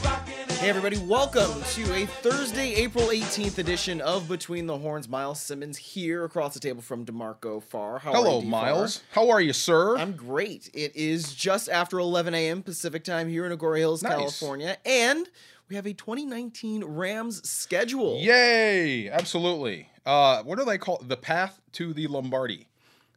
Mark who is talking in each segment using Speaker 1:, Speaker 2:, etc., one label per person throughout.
Speaker 1: Hey, everybody, welcome to a Thursday, April 18th edition of Between the Horns. Miles Simmons here across the table from DeMarco Farr. How are
Speaker 2: Hello,
Speaker 1: you, Farr?
Speaker 2: Miles. How are you, sir?
Speaker 1: I'm great. It is just after 11 a.m. Pacific time here in Agoura Hills,
Speaker 2: Nice.
Speaker 1: California, and we have a 2019 Rams schedule.
Speaker 2: Yay! Absolutely. Uh, what do they call the path to the Lombardi?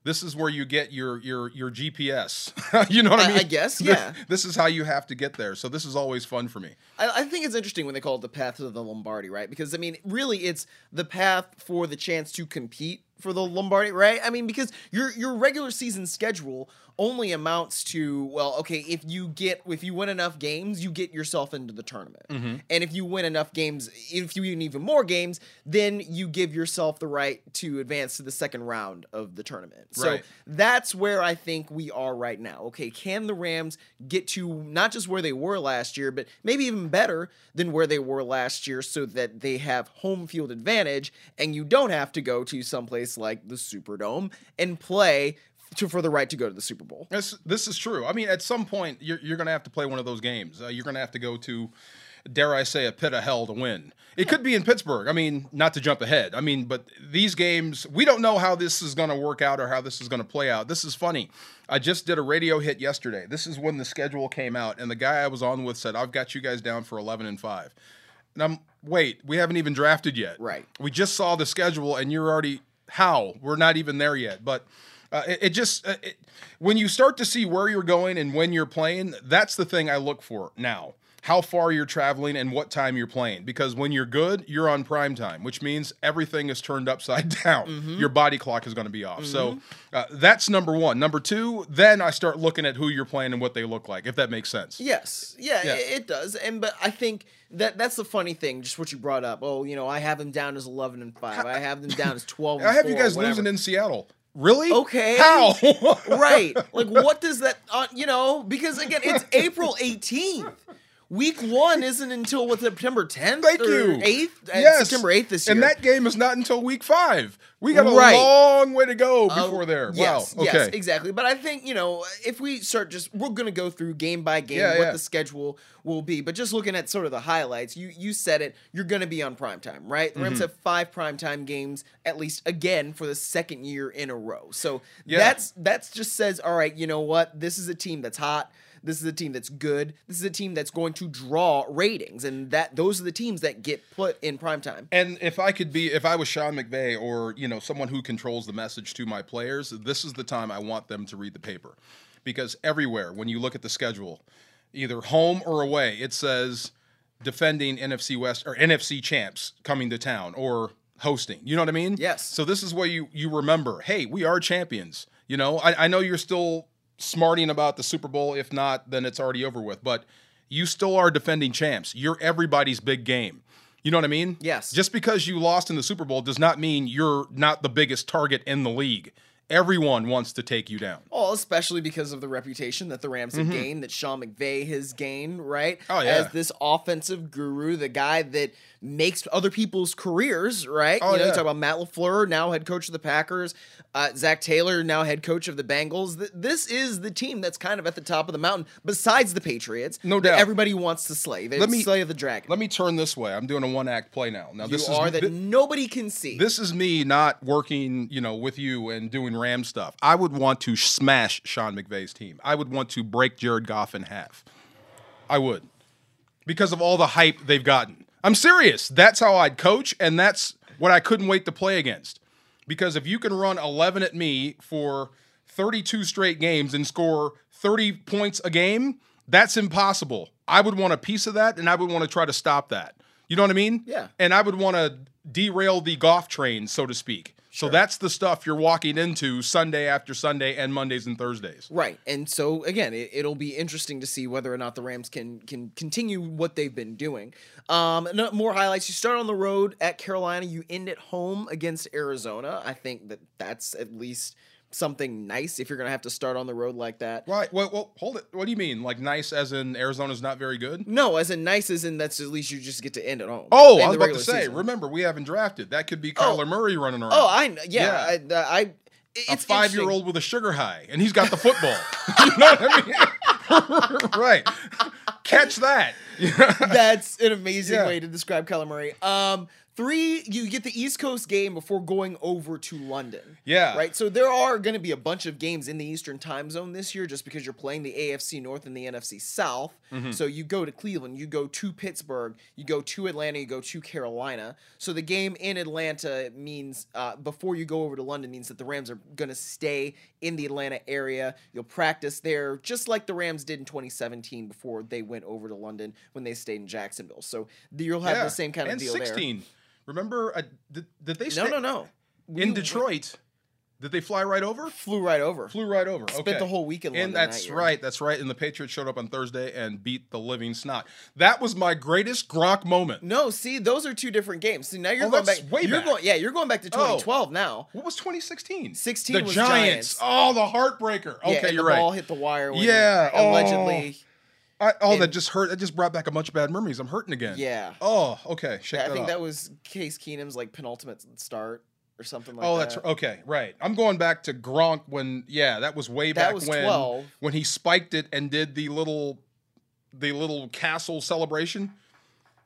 Speaker 2: This is where you get your your your GPS. you know what I,
Speaker 1: I-
Speaker 2: mean?
Speaker 1: I guess, yeah.
Speaker 2: This is how you have to get there. So this is always fun for me.
Speaker 1: I, I think it's interesting when they call it the path to the Lombardi, right? Because I mean, really, it's the path for the chance to compete for the Lombardi, right? I mean, because your your regular season schedule only amounts to well, okay, if you get if you win enough games, you get yourself into the tournament, and if you win enough games, if you win even more games, then you give yourself the right to advance to the second round of the tournament. So
Speaker 2: Right.
Speaker 1: that's where I think we are right now. Okay, can the Rams get to not just where they were last year, but maybe even better than where they were last year so that they have home field advantage and you don't have to go to someplace like the Superdome and play to, for the right to go to the Super Bowl?
Speaker 2: This this is true. I mean, at some point you're you're gonna have to play one of those games. Uh, you're gonna have to go to, dare I say, a pit of hell to win. It could be in Pittsburgh. I mean, not to jump ahead. I mean, but these games, we don't know how this is gonna work out or how this is gonna play out. This is funny. I just did a radio hit yesterday. This is when the schedule came out, and the guy I was on with said, "I've got you guys down for 11 and five." And I'm wait, we haven't even drafted yet.
Speaker 1: Right.
Speaker 2: We just saw the schedule, and you're already how we're not even there yet. But uh, it, it just uh, it, when you start to see where you're going and when you're playing, that's the thing I look for now. How far you're traveling and what time you're playing, because when you're good, you're on prime time, which means everything is turned upside down.
Speaker 1: Mm-hmm.
Speaker 2: Your body clock is going to be off. So uh, that's number one. Number two, then I start looking at who you're playing and what they look like, if that makes sense.
Speaker 1: Yes, yeah,
Speaker 2: Yeah.
Speaker 1: i- It, does. And but I think that that's the funny thing, just what you brought up. Oh, you know, I have them down as eleven and five. I have them down as twelve. And
Speaker 2: I have you
Speaker 1: four,
Speaker 2: guys
Speaker 1: whatever.
Speaker 2: losing in Seattle. Really?
Speaker 1: Okay.
Speaker 2: How?
Speaker 1: right like what does that uh, you know because again it's april 18th week one isn't until what september 10th
Speaker 2: Thank
Speaker 1: or
Speaker 2: you.
Speaker 1: 8th Uh,
Speaker 2: yes.
Speaker 1: september 8th this year
Speaker 2: And that game is not until week five. We got a
Speaker 1: Right.
Speaker 2: long way to go
Speaker 1: Uh,
Speaker 2: before there.
Speaker 1: yes,
Speaker 2: wow. Okay.
Speaker 1: yes exactly but i think you know if we start just we're gonna go through game by game
Speaker 2: Yeah,
Speaker 1: what
Speaker 2: yeah.
Speaker 1: the schedule will be but just looking at sort of the highlights you you said it you're gonna be on prime time, right the
Speaker 2: Mm-hmm.
Speaker 1: rams have five primetime games at least again for the second year in a row so
Speaker 2: Yeah.
Speaker 1: that's that's just says all right you know what this is a team that's hot this is a team that's good this is a team that's going to draw ratings and that those are the teams that get put in prime time.
Speaker 2: And if I could be, if I was Sean McVay or you know someone who controls the message to my players, this is the time I want them to read the paper, because everywhere when you look at the schedule, either home or away, it says defending NFC West or NFC champs coming to town or hosting. You know what I mean?
Speaker 1: Yes.
Speaker 2: So this is where you you remember, hey, we are champions. You know, I, I know you're still smarting about the Super Bowl. If not, then it's already over with. But you still are defending champs. You're everybody's big game. You know what I mean?
Speaker 1: Yes.
Speaker 2: Just because you lost in the Super Bowl does not mean you're not the biggest target in the league. Everyone wants to take you down.
Speaker 1: Well, especially because of the reputation that the Rams have gained, that Sean McVay has gained, right?
Speaker 2: Mm-hmm. Oh, yeah.
Speaker 1: As this offensive guru, the guy that makes other people's careers, right?
Speaker 2: Oh,
Speaker 1: you know, you
Speaker 2: yeah.
Speaker 1: talk about Matt LaFleur, now head coach of the Packers, uh, Zach Taylor, now head coach of the Bengals. Th- this is the team that's kind of at the top of the mountain, besides the Patriots.
Speaker 2: No
Speaker 1: that
Speaker 2: doubt.
Speaker 1: Everybody wants to slay. They
Speaker 2: Let me-
Speaker 1: slay the dragon.
Speaker 2: Let me turn this way. I'm doing a one act play now. Now this
Speaker 1: you are
Speaker 2: is
Speaker 1: that
Speaker 2: thi-
Speaker 1: nobody can see.
Speaker 2: this is me not working, you know, with you and doing Ram stuff. I would want to smash Sean McVay's team. I would want to break Jared Goff in half. I would. Because of all the hype they've gotten. I'm serious. That's how I'd coach, and that's what I couldn't wait to play against. Because if you can run 11 at me for 32 straight games and score 30 points a game, that's impossible. I would want a piece of that, and I would want to try to stop that. You know what I mean?
Speaker 1: Yeah.
Speaker 2: And I would want to derail the golf train, so to speak. So that's the stuff you're walking into Sunday after Sunday and Mondays and Thudays.
Speaker 1: Right, and so again, it, it'll be interesting to see whether or not the Rams can can continue what they've been doing. Um, no- more highlights: you start on the road at Carolina, you end at home against Arizona. I think that that's at least something nice if you're going to have to start on the road like that.
Speaker 2: Right. Well, well, hold it. What do you mean? Like nice as in Arizona's not very good?
Speaker 1: No, as in nice as in that's at least you just get to end at home.
Speaker 2: Oh,
Speaker 1: in
Speaker 2: I
Speaker 1: the
Speaker 2: was about to
Speaker 1: regular
Speaker 2: say.
Speaker 1: season.
Speaker 2: Remember, we haven't drafted. That could be
Speaker 1: Oh.
Speaker 2: Kyler Murray running around.
Speaker 1: oh, I kn- yeah,
Speaker 2: Yeah.
Speaker 1: I, I it's
Speaker 2: a
Speaker 1: interesting.
Speaker 2: five-year-old with a sugar high, and he's got the football. you know what I mean? right. Catch that.
Speaker 1: That's an amazing
Speaker 2: Yeah.
Speaker 1: way to describe Kyler Murray. Um, three, you get the East Coast game before going over to London.
Speaker 2: Yeah.
Speaker 1: Right. So there are going to be a bunch of games in the Eastern time zone this year just because you're playing the AFC North and the NFC South.
Speaker 2: Mm-hmm.
Speaker 1: So you go to Cleveland, you go to Pittsburgh, you go to Atlanta, you go to Carolina. So the game in Atlanta means uh, before you go over to London means that the Rams are going to stay in the Atlanta area. You'll practice there just like the Rams did in 2017 before they went over to London when they stayed in Jacksonville. So the- you'll have
Speaker 2: Yeah.
Speaker 1: the same kind of
Speaker 2: and
Speaker 1: deal
Speaker 2: 16. Remember, uh, did, did they
Speaker 1: there.
Speaker 2: stay
Speaker 1: No, no, no. We
Speaker 2: in Detroit? Did they fly right over?
Speaker 1: Flew right over.
Speaker 2: Flew right over.
Speaker 1: Spent
Speaker 2: okay.
Speaker 1: the whole week in London.
Speaker 2: And that's
Speaker 1: that year.
Speaker 2: right, that's right. And the Patriots showed up on Thursday and beat the living snot. That was my greatest Gronk moment.
Speaker 1: No, see, those are two different games. See, now you're
Speaker 2: Oh,
Speaker 1: going
Speaker 2: that's
Speaker 1: back.
Speaker 2: way
Speaker 1: you're
Speaker 2: back.
Speaker 1: going, yeah, you're going back to
Speaker 2: Oh.
Speaker 1: 2012 now.
Speaker 2: What was 2016?
Speaker 1: 16
Speaker 2: the
Speaker 1: was
Speaker 2: Giants.
Speaker 1: Giants.
Speaker 2: Oh, the heartbreaker.
Speaker 1: Yeah,
Speaker 2: Okay,
Speaker 1: and
Speaker 2: you're
Speaker 1: the ball
Speaker 2: right.
Speaker 1: hit the wire. When
Speaker 2: Yeah, oh.
Speaker 1: allegedly.
Speaker 2: I, oh, that
Speaker 1: and-
Speaker 2: just hurt. That just brought back a bunch of bad memories. I'm hurting again.
Speaker 1: Yeah,
Speaker 2: Oh, okay. Shake
Speaker 1: Yeah, I
Speaker 2: that
Speaker 1: think
Speaker 2: off.
Speaker 1: that was Case Keenum's like penultimate start or something like
Speaker 2: oh,
Speaker 1: that.
Speaker 2: that's okay. Right. I'm going back to Gronk when. Yeah, that was way
Speaker 1: That
Speaker 2: back
Speaker 1: was
Speaker 2: when
Speaker 1: 12.
Speaker 2: when he spiked it and did the little the little castle celebration.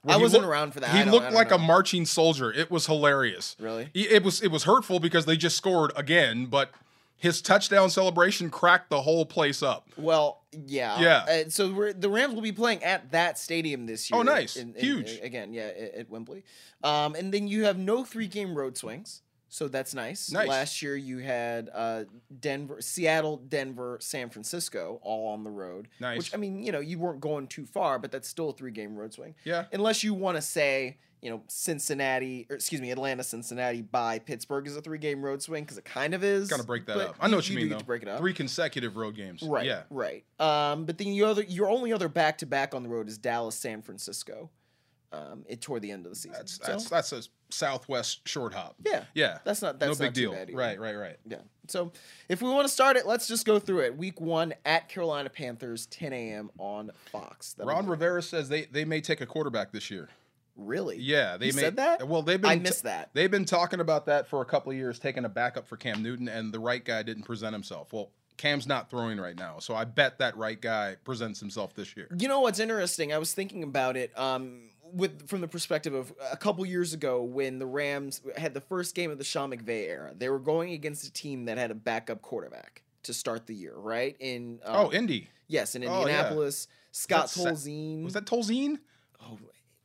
Speaker 2: Where
Speaker 1: I
Speaker 2: he
Speaker 1: wasn't
Speaker 2: looked-
Speaker 1: around for that.
Speaker 2: He
Speaker 1: I don't- I
Speaker 2: looked
Speaker 1: don't
Speaker 2: like a
Speaker 1: know.
Speaker 2: marching soldier. It was hilarious.
Speaker 1: Really?
Speaker 2: He- It was it was hurtful because they just scored again, but his touchdown celebration cracked the whole place up.
Speaker 1: Well, yeah.
Speaker 2: Yeah.
Speaker 1: Uh, so we're, the Rams will be playing at that stadium this year.
Speaker 2: Oh, nice.
Speaker 1: in- in-
Speaker 2: Huge.
Speaker 1: Again, yeah, at, at Wembley. Um, and then you have no three game road swings. So that's nice.
Speaker 2: Nice.
Speaker 1: Last year you had uh, Denver, Seattle, Denver, San Francisco, all on the road.
Speaker 2: Nice.
Speaker 1: Which I mean, you know, you weren't going too far, but that's still a three game road swing.
Speaker 2: Yeah.
Speaker 1: Unless you want to say, you know, Cincinnati, or excuse me, Atlanta, Cincinnati by Pittsburgh is a three game road swing because it kind of is.
Speaker 2: Got to break that
Speaker 1: but
Speaker 2: up. I know what you,
Speaker 1: do
Speaker 2: mean
Speaker 1: get
Speaker 2: though.
Speaker 1: To break it up.
Speaker 2: Three consecutive road games.
Speaker 1: Right.
Speaker 2: Yeah.
Speaker 1: Right. Um, but then your other, your only other back to back on the road is Dallas, San Francisco. Um, it toward the end of the season.
Speaker 2: That's
Speaker 1: So,
Speaker 2: that's that's a Southwest short hop.
Speaker 1: yeah.
Speaker 2: Yeah.
Speaker 1: That's not that's
Speaker 2: no big
Speaker 1: not
Speaker 2: deal.
Speaker 1: Too bad either.
Speaker 2: Right, right, right.
Speaker 1: Yeah. So if we want to start it, let's just go through it. Week one at Carolina Panthers, 10 a.m. on Fox. That'll
Speaker 2: Ron
Speaker 1: be-
Speaker 2: Rivera says they they may take a quarterback this year.
Speaker 1: really?
Speaker 2: Yeah, they
Speaker 1: He
Speaker 2: may,
Speaker 1: said that?
Speaker 2: Well, they've been
Speaker 1: I missed that.
Speaker 2: They've been talking about that for a couple of years, taking a backup for Cam Newton, and the right guy didn't present himself. Well, Cam's not throwing right now, so I bet that right guy presents himself this year.
Speaker 1: You know what's interesting? I was thinking about it um, with from the perspective of a couple years ago when the Rams had the first game of the Sean McVay era. They were going against a team that had a backup quarterback to start the year, right? In um,
Speaker 2: Oh, Indy.
Speaker 1: yes, in
Speaker 2: oh, yeah.
Speaker 1: Indianapolis, Scott
Speaker 2: Sa-
Speaker 1: Tolzien.
Speaker 2: Was that Tolzien?
Speaker 1: Oh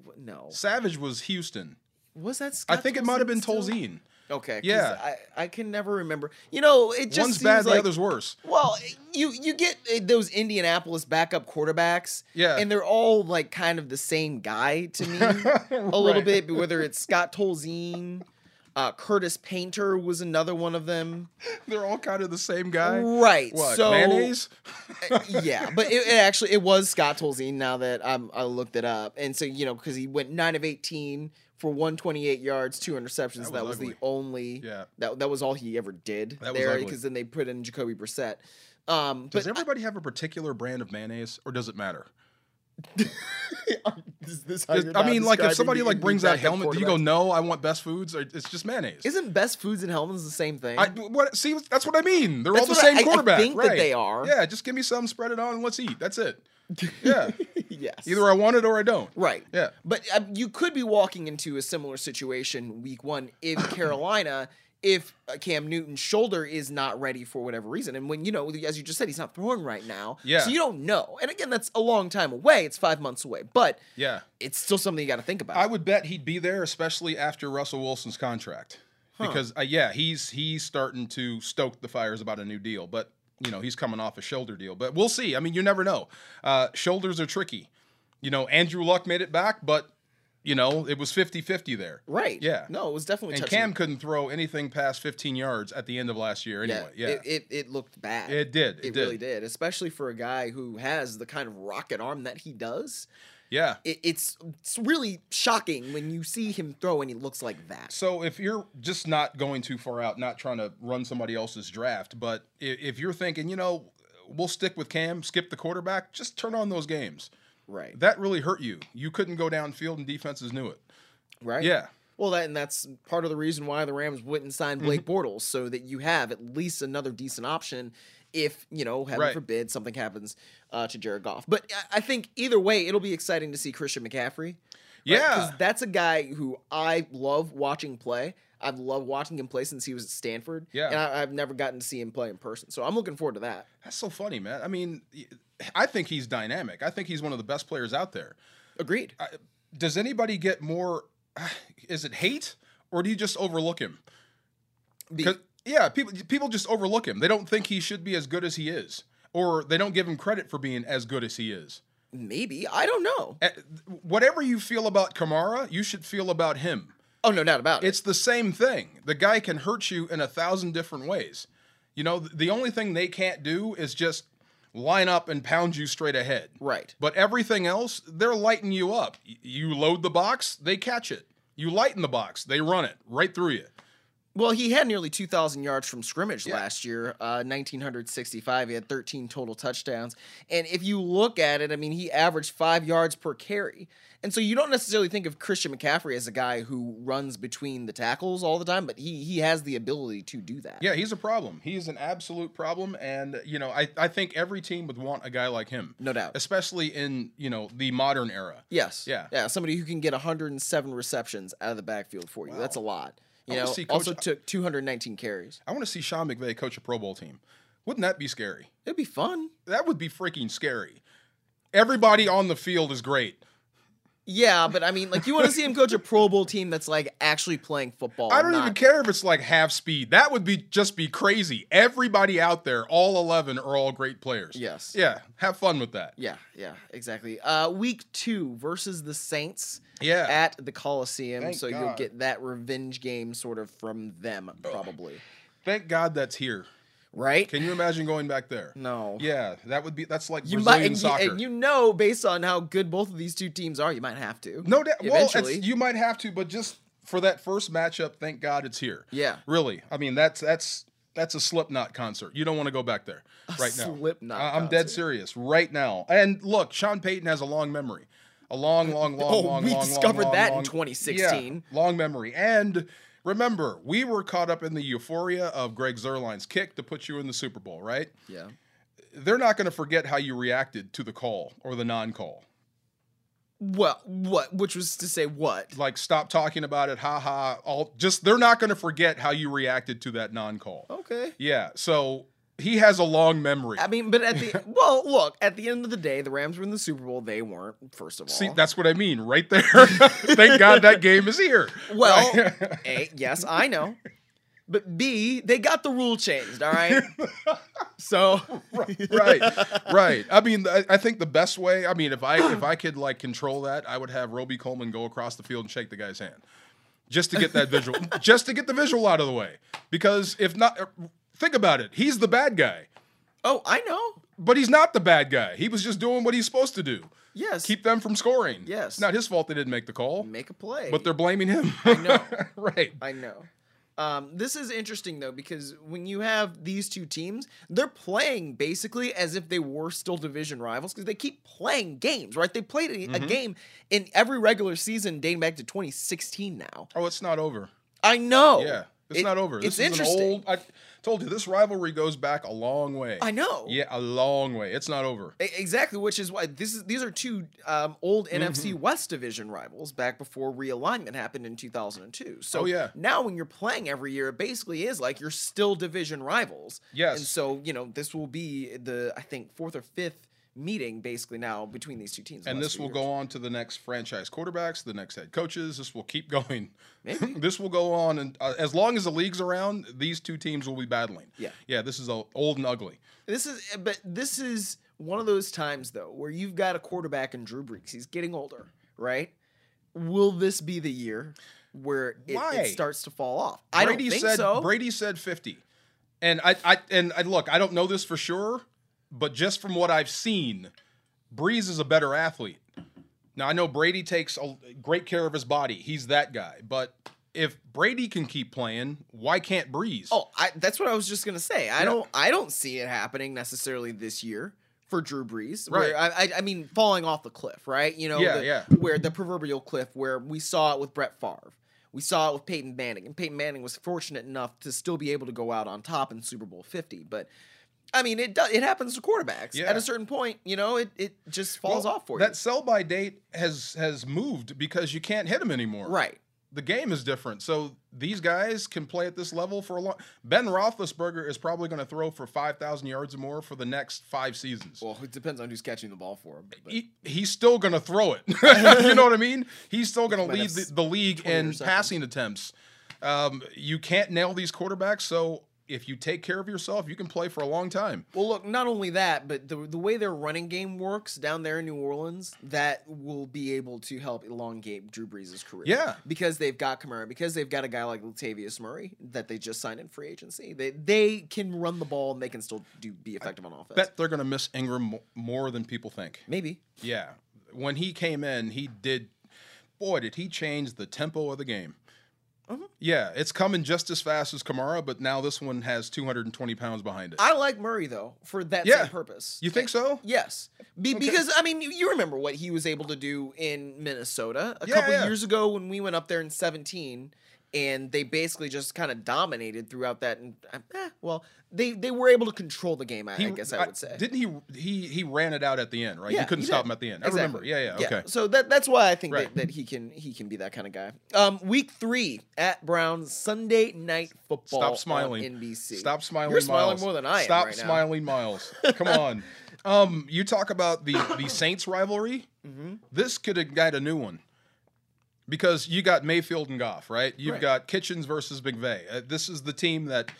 Speaker 1: wait, no,
Speaker 2: Savage was Houston.
Speaker 1: was that?
Speaker 2: I
Speaker 1: Scott
Speaker 2: think it might have been
Speaker 1: still?
Speaker 2: Tolzien.
Speaker 1: Okay, 'cause
Speaker 2: Yeah.
Speaker 1: I, I can never remember. You know, it just
Speaker 2: One's
Speaker 1: seems
Speaker 2: bad,
Speaker 1: like
Speaker 2: the other's worse.
Speaker 1: Well, you you get uh, those Indianapolis backup quarterbacks,
Speaker 2: Yeah.
Speaker 1: and they're all like kind of the same guy to me a little
Speaker 2: Right.
Speaker 1: bit. but Whether it's Scott Tolzien, uh, Curtis Painter was another one of them,
Speaker 2: They're all kind of the same guy.
Speaker 1: right?
Speaker 2: What?
Speaker 1: so
Speaker 2: mayonnaise?
Speaker 1: yeah, but it, it actually it was Scott Tolzien. Now that I'm, I looked it up, and so you know because he went nine of eighteen for 128 yards, two interceptions.
Speaker 2: That
Speaker 1: That was,
Speaker 2: was
Speaker 1: the
Speaker 2: ugly.
Speaker 1: only
Speaker 2: Yeah.
Speaker 1: that that was all he ever did
Speaker 2: That was
Speaker 1: there
Speaker 2: ugly.
Speaker 1: because then they put in Jacoby Brissett. Um,
Speaker 2: Does
Speaker 1: but
Speaker 2: everybody have a particular brand of mayonnaise, or does it matter?
Speaker 1: Is this how
Speaker 2: Does-
Speaker 1: Uh, you're
Speaker 2: I
Speaker 1: now
Speaker 2: mean, like if
Speaker 1: describing
Speaker 2: somebody
Speaker 1: the
Speaker 2: like
Speaker 1: Indian
Speaker 2: brings out
Speaker 1: backup
Speaker 2: helmet, do you go,
Speaker 1: quarterback?
Speaker 2: "No, I want best foods"? Or it's just mayonnaise.
Speaker 1: Isn't best foods and helmets the same thing?
Speaker 2: I, what, see, that's what I mean. They're all
Speaker 1: That's
Speaker 2: the
Speaker 1: what I-
Speaker 2: same
Speaker 1: I- I
Speaker 2: quarterback.
Speaker 1: think that
Speaker 2: right.
Speaker 1: they are.
Speaker 2: Yeah, just give me some, spread it on, and let's eat. That's it. Yeah.
Speaker 1: yes.
Speaker 2: Either I want it or I don't.
Speaker 1: Right.
Speaker 2: Yeah.
Speaker 1: But uh, you could be walking into a similar situation week one if Carolina, if uh, Cam Newton's shoulder is not ready for whatever reason. And when, you know, as you just said, he's not throwing right now.
Speaker 2: Yeah.
Speaker 1: So you don't know. And again, that's a long time away. It's five months away. But
Speaker 2: Yeah.
Speaker 1: it's still something you got to think about.
Speaker 2: I would bet he'd be there, especially after Russell Wilson's contract, because uh, yeah, he's he's starting to stoke the fires about a new deal. But you know, he's coming off a shoulder deal. But we'll see. I mean, you never know. Uh, shoulders are tricky. You know, Andrew Luck made it back, but you know, it was 50-50 there.
Speaker 1: right.
Speaker 2: Yeah.
Speaker 1: No, it was definitely
Speaker 2: And
Speaker 1: touching.
Speaker 2: Cam couldn't throw anything past 15 yards at the end of last year.
Speaker 1: yeah,
Speaker 2: Anyway, yeah,
Speaker 1: It,
Speaker 2: it,
Speaker 1: it, it looked bad.
Speaker 2: did. It,
Speaker 1: It
Speaker 2: did.
Speaker 1: really did, especially for a guy who has the kind of rocket arm that he does.
Speaker 2: Yeah.
Speaker 1: It, it's it's really shocking when you see him throw and he looks like that.
Speaker 2: So if you're just not going too far out, not trying to run somebody else's draft, but i- if you're thinking, you know, we'll stick with Cam, skip the quarterback, just turn on those games.
Speaker 1: Right.
Speaker 2: That really hurt you. You couldn't go downfield, and defenses knew it.
Speaker 1: Right.
Speaker 2: Yeah.
Speaker 1: Well, that and that's part of the reason why the Rams wouldn't sign Blake
Speaker 2: Mm-hmm.
Speaker 1: Bortles, so that you have at least another decent option if you know, heaven
Speaker 2: Right.
Speaker 1: forbid, something happens uh, to Jared Goff. But I- I think either way, it'll be exciting to see Christian McCaffrey. right? 'Cause
Speaker 2: Yeah.
Speaker 1: that's a guy who I love watching play. I've loved watching him play since he was at Stanford.
Speaker 2: Yeah.
Speaker 1: and I, I've never gotten to see him play in person, so I'm looking forward to that.
Speaker 2: That's so funny, man. I mean, I think he's dynamic. I think he's one of the best players out there.
Speaker 1: Agreed.
Speaker 2: Does anybody get more? Is it hate or do you just overlook him?
Speaker 1: The-
Speaker 2: 'Cause- yeah, people people just overlook him. They don't think he should be as good as he is, or they don't give him credit for being as good as he is.
Speaker 1: maybe I don't know.
Speaker 2: Eh, Whatever you feel about Kamara, you should feel about him.
Speaker 1: Oh no, doubt about it.
Speaker 2: It's the same thing. The guy can hurt you in a thousand different ways. You know, th- the only thing they can't do is just line up and pound you straight ahead.
Speaker 1: Right.
Speaker 2: But everything else, they're lighting you up. Y- You load the box, they catch it. You lighten the box, they run it right through you.
Speaker 1: Well, he had nearly 2,000 yards from scrimmage
Speaker 2: Yeah.
Speaker 1: last year, uh, 1,965. He had 13 total touchdowns. And if you look at it, I mean, he averaged five yards per carry. And so you don't necessarily think of Christian McCaffrey as a guy who runs between the tackles all the time, but he he has the ability to do that.
Speaker 2: Yeah, he's a problem. He's an absolute problem. And, you know, I, I think every team would want a guy like him.
Speaker 1: No doubt.
Speaker 2: Especially in, you know, the modern era.
Speaker 1: Yes.
Speaker 2: Yeah.
Speaker 1: Yeah. Somebody who can get 107 receptions out of the backfield for you. That's a lot. You
Speaker 2: wanna
Speaker 1: know,
Speaker 2: see Coach-
Speaker 1: also took 219 carries.
Speaker 2: I want to see Sean McVay coach a Pro Bowl team. Wouldn't that be scary?
Speaker 1: It'd be fun.
Speaker 2: That would be freaking scary. Everybody on the field is great.
Speaker 1: Yeah, but I mean, like, you want to see him coach a Pro Bowl team that's like actually playing football.
Speaker 2: I don't
Speaker 1: not-
Speaker 2: even care if it's like half speed. That would be just be crazy. Everybody out there, all 11 are all great players.
Speaker 1: Yes.
Speaker 2: Yeah, have fun with that.
Speaker 1: Yeah, yeah, exactly. Uh, week two versus the Saints
Speaker 2: Yeah.
Speaker 1: at the Coliseum,
Speaker 2: Thank
Speaker 1: so you'll
Speaker 2: God.
Speaker 1: get that revenge game sort of from them, probably.
Speaker 2: Thank God that's here.
Speaker 1: Right?
Speaker 2: Can you imagine going back there?
Speaker 1: No.
Speaker 2: Yeah, that would be that's like
Speaker 1: You might,
Speaker 2: Brazilian
Speaker 1: and you,
Speaker 2: soccer.
Speaker 1: and you know, based on how good both of these two teams are, you might have to.
Speaker 2: No doubt. Well, it's,
Speaker 1: Eventually.
Speaker 2: you might have to, but just for that first matchup, thank God it's here.
Speaker 1: Yeah.
Speaker 2: Really. I mean, that's that's that's a Slipknot concert. You don't want to go back there right now.
Speaker 1: Slipknot
Speaker 2: I- I'm dead
Speaker 1: concert.
Speaker 2: serious right now. And look, Sean Payton has a long memory. A long, long, long,
Speaker 1: Oh,
Speaker 2: long,
Speaker 1: we
Speaker 2: long,
Speaker 1: discovered
Speaker 2: long,
Speaker 1: that in
Speaker 2: long, long-
Speaker 1: 2016.
Speaker 2: Yeah, long memory. And remember, we were caught up in the euphoria of Greg Zerline's kick to put you in the Super Bowl, right?
Speaker 1: Yeah.
Speaker 2: They're not going to forget how you reacted to the call or the non-call.
Speaker 1: Well, what? Which was to say, what?
Speaker 2: like stop talking about it ha ha all just they're not going to forget how you reacted to that non-call
Speaker 1: Okay.
Speaker 2: yeah so he has a long memory
Speaker 1: I mean, but at the well, look. At the end of the day, the Rams were in the Super Bowl. They weren't. First of all,
Speaker 2: see that's what i mean right there thank god that game is here
Speaker 1: Well, A, yes, I know. But B, they got the rule changed, all right? So,
Speaker 2: right right i mean I, I think the best way i mean if i if i could like control that i would have roby coleman go across the field and shake the guy's hand just to get that visual just to get the visual out of the way because if not uh, think about it he's the bad guy
Speaker 1: oh, I know.
Speaker 2: but he's not the bad guy he was just doing what he's supposed to do
Speaker 1: Yes.
Speaker 2: keep them from scoring.
Speaker 1: Yes.
Speaker 2: It's not his fault they didn't make the call,
Speaker 1: make a play.
Speaker 2: but they're blaming him.
Speaker 1: know.
Speaker 2: right.
Speaker 1: I know. Um, this is interesting though because when you have these two teams, they're playing basically as if they were still division rivals because they keep playing games, right? They played a,
Speaker 2: Mm-hmm.
Speaker 1: a game in every regular season dating back to 2016. Now
Speaker 2: Oh, it's not over.
Speaker 1: I know.
Speaker 2: Yeah. It's
Speaker 1: It-
Speaker 2: not over.
Speaker 1: It's
Speaker 2: is an
Speaker 1: interesting.
Speaker 2: old- I told you, this rivalry goes back a long way.
Speaker 1: I know.
Speaker 2: Yeah, a long way. It's not over.
Speaker 1: E- Exactly, which is why this is these are two um,
Speaker 2: Mm-hmm.
Speaker 1: old NFC West division rivals back before realignment happened in 2002. So
Speaker 2: Oh, yeah.
Speaker 1: now when you're playing every year, it basically is like you're still division rivals.
Speaker 2: Yes.
Speaker 1: and so you know this will be the I think fourth or fifth meeting basically now between these two teams. in
Speaker 2: And
Speaker 1: the last
Speaker 2: this
Speaker 1: few
Speaker 2: will
Speaker 1: years.
Speaker 2: go on to the next franchise quarterbacks, the next head coaches. This will keep going. this will go on, and uh, as long as the league's around, these two teams will be battling.
Speaker 1: Yeah.
Speaker 2: yeah. This is o- old and ugly.
Speaker 1: This is, but this is one of those times though where you've got a quarterback in Drew Brees. He's getting older, right? Will this be the year where it,
Speaker 2: Why?
Speaker 1: it starts to fall off? I don't think
Speaker 2: said,
Speaker 1: so.
Speaker 2: Brady said 50. And I, I and I, look, I don't know this for sure, but just from what I've seen, Breeze is a better athlete. Now I know Brady takes a, great care of his body. He's that guy. But if Brady can keep playing, why can't Breeze?
Speaker 1: Oh, I, that's what I was just gonna say. I don't, I don't see it happening necessarily this year for Drew Brees. Where, I, I, I mean, falling off the cliff, right? You know,
Speaker 2: Yeah,
Speaker 1: the-
Speaker 2: yeah.
Speaker 1: Where the proverbial cliff, where we saw it with Brett Favre, We saw it with Peyton Manning, and Peyton Manning was fortunate enough to still be able to go out on top in Super Bowl 50. But I mean, it does, it happens to quarterbacks.
Speaker 2: Yeah.
Speaker 1: At a certain point, you know, it, it just falls
Speaker 2: Well,
Speaker 1: off for
Speaker 2: That sell by date has has moved because you can't hit them anymore.
Speaker 1: you. Right.
Speaker 2: The game is different. So these guys can play at this level for a long. Ben Roethlisberger is probably going to throw for five thousand yards or more for the next five seasons.
Speaker 1: Well, it depends on who's catching the ball for him. But.
Speaker 2: he, he's still going to throw it. you know what I mean? He's still going to
Speaker 1: Might
Speaker 2: lead
Speaker 1: have
Speaker 2: the, the league
Speaker 1: 20
Speaker 2: in
Speaker 1: interceptions.
Speaker 2: passing attempts. Um, you can't nail these quarterbacks. So if you take care of yourself, you can play for a long time.
Speaker 1: Well, look, not only that, but the the way their running game works down there in New Orleans, that will be able to help elongate Drew Brees' career.
Speaker 2: Yeah.
Speaker 1: because they've got Kamara, because they've got a guy like Latavius Murray that they just signed in free agency. They they can run the ball and they can still do be effective on offense.
Speaker 2: Bet they're going to miss Ingram mo- more than people think.
Speaker 1: Maybe.
Speaker 2: Yeah. When he came in, he did. Boy, did he change the tempo of the game.
Speaker 1: Mm-hmm.
Speaker 2: Yeah, it's coming just as fast as Kamara, but now this one has 220 pounds behind it.
Speaker 1: I like Murray though for that
Speaker 2: Yeah.
Speaker 1: same purpose.
Speaker 2: you think so?
Speaker 1: Yes, Be- because I mean, you- you remember what he was able to do in Minnesota a
Speaker 2: Yeah,
Speaker 1: couple
Speaker 2: yeah.
Speaker 1: years ago when we went up there in seventeen, and they basically just kind of dominated throughout that. And eh, well, they they were able to control the game. I, I guess I would say.
Speaker 2: Didn't he? He he ran it out at the end, right?
Speaker 1: Yeah,
Speaker 2: you couldn't
Speaker 1: he
Speaker 2: stop
Speaker 1: did.
Speaker 2: him at the end. I remember.
Speaker 1: Exactly.
Speaker 2: Yeah, yeah. Okay.
Speaker 1: So that that's why I think
Speaker 2: Right.
Speaker 1: that, that he can he can be that kind of guy. Um, week three at Browns Sunday night football.
Speaker 2: Stop
Speaker 1: on
Speaker 2: smiling.
Speaker 1: NBC.
Speaker 2: Stop smiling.
Speaker 1: You're smiling
Speaker 2: Miles.
Speaker 1: more than I am
Speaker 2: Stop
Speaker 1: right now.
Speaker 2: smiling, Miles. Come on. Um, you talk about the the Saints rivalry.
Speaker 1: Mm-hmm.
Speaker 2: This could have got a new one because you got Mayfield and Goff, right? You've
Speaker 1: Right.
Speaker 2: got Kitchens versus McVay. Uh, this is the team that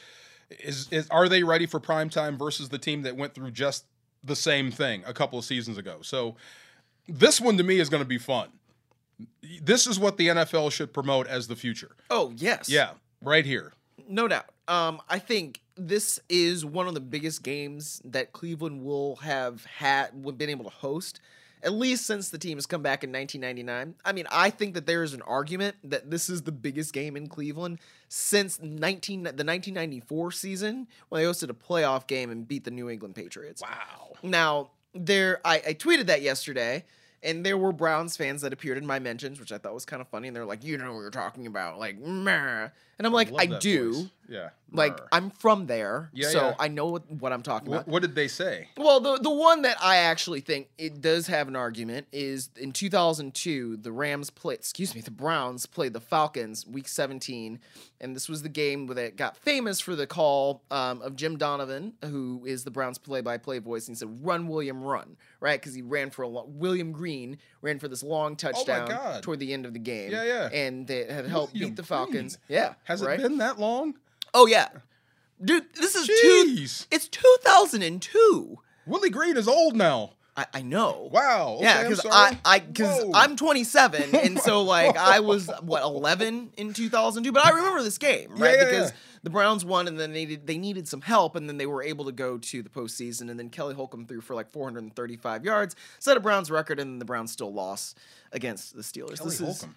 Speaker 2: is is are they ready for prime time versus the team that went through just the same thing a couple of seasons ago. So this one to me is going to be fun. This is what the NFL should promote as the future.
Speaker 1: Oh yes.
Speaker 2: Yeah, right here.
Speaker 1: No doubt. Um, I think this is one of the biggest games that Cleveland will have had will been able to host, at least since the team has come back in 1999. I mean, I think that there is an argument that this is the biggest game in Cleveland since 19 the 1994 season when they hosted a playoff game and beat the New England Patriots.
Speaker 2: Wow.
Speaker 1: Now, there I, I tweeted that yesterday, and there were Browns fans that appeared in my mentions, which I thought was kind of funny. And they're like, "You know what you're talking about?" Like, Meh. and I'm like,
Speaker 2: love
Speaker 1: "I
Speaker 2: that
Speaker 1: do."
Speaker 2: voice. Yeah.
Speaker 1: Like,
Speaker 2: Brr.
Speaker 1: I'm from there,
Speaker 2: Yeah,
Speaker 1: so
Speaker 2: yeah.
Speaker 1: I know what, what I'm talking
Speaker 2: Wh-
Speaker 1: about.
Speaker 2: what did they say?
Speaker 1: Well, the the one that I actually think it does have an argument is in 2002, the Rams played, excuse me, the Browns played the Falcons week 17, and this was the game where that got famous for the call um, of Jim Donovan, who is the Browns play-by-play voice, and he said, "Run, William, run!" Right, because he ran for a lo- William Green ran for this long touchdown
Speaker 2: Oh God.
Speaker 1: toward the end of the game.
Speaker 2: Yeah, yeah.
Speaker 1: and that had helped
Speaker 2: William
Speaker 1: beat the Falcons. Yeah,
Speaker 2: Has
Speaker 1: right?
Speaker 2: it been that long?
Speaker 1: Oh yeah, dude, this is two.
Speaker 2: Jeez.
Speaker 1: It's 2002.
Speaker 2: Willie Green is old now.
Speaker 1: I, I know.
Speaker 2: Wow. Okay,
Speaker 1: yeah,
Speaker 2: I'm
Speaker 1: because
Speaker 2: sorry.
Speaker 1: I, I, because
Speaker 2: Whoa.
Speaker 1: I'm 27, and so like I was what 11 in 2002, but I remember this game right
Speaker 2: yeah,
Speaker 1: because
Speaker 2: yeah.
Speaker 1: the Browns won, and then they needed they needed some help, and then they were able to go to the postseason, and then Kelly Holcomb threw for like 435 yards, set a Browns record, and the Browns still lost against the Steelers.
Speaker 2: Kelly
Speaker 1: this
Speaker 2: Holcomb.
Speaker 1: is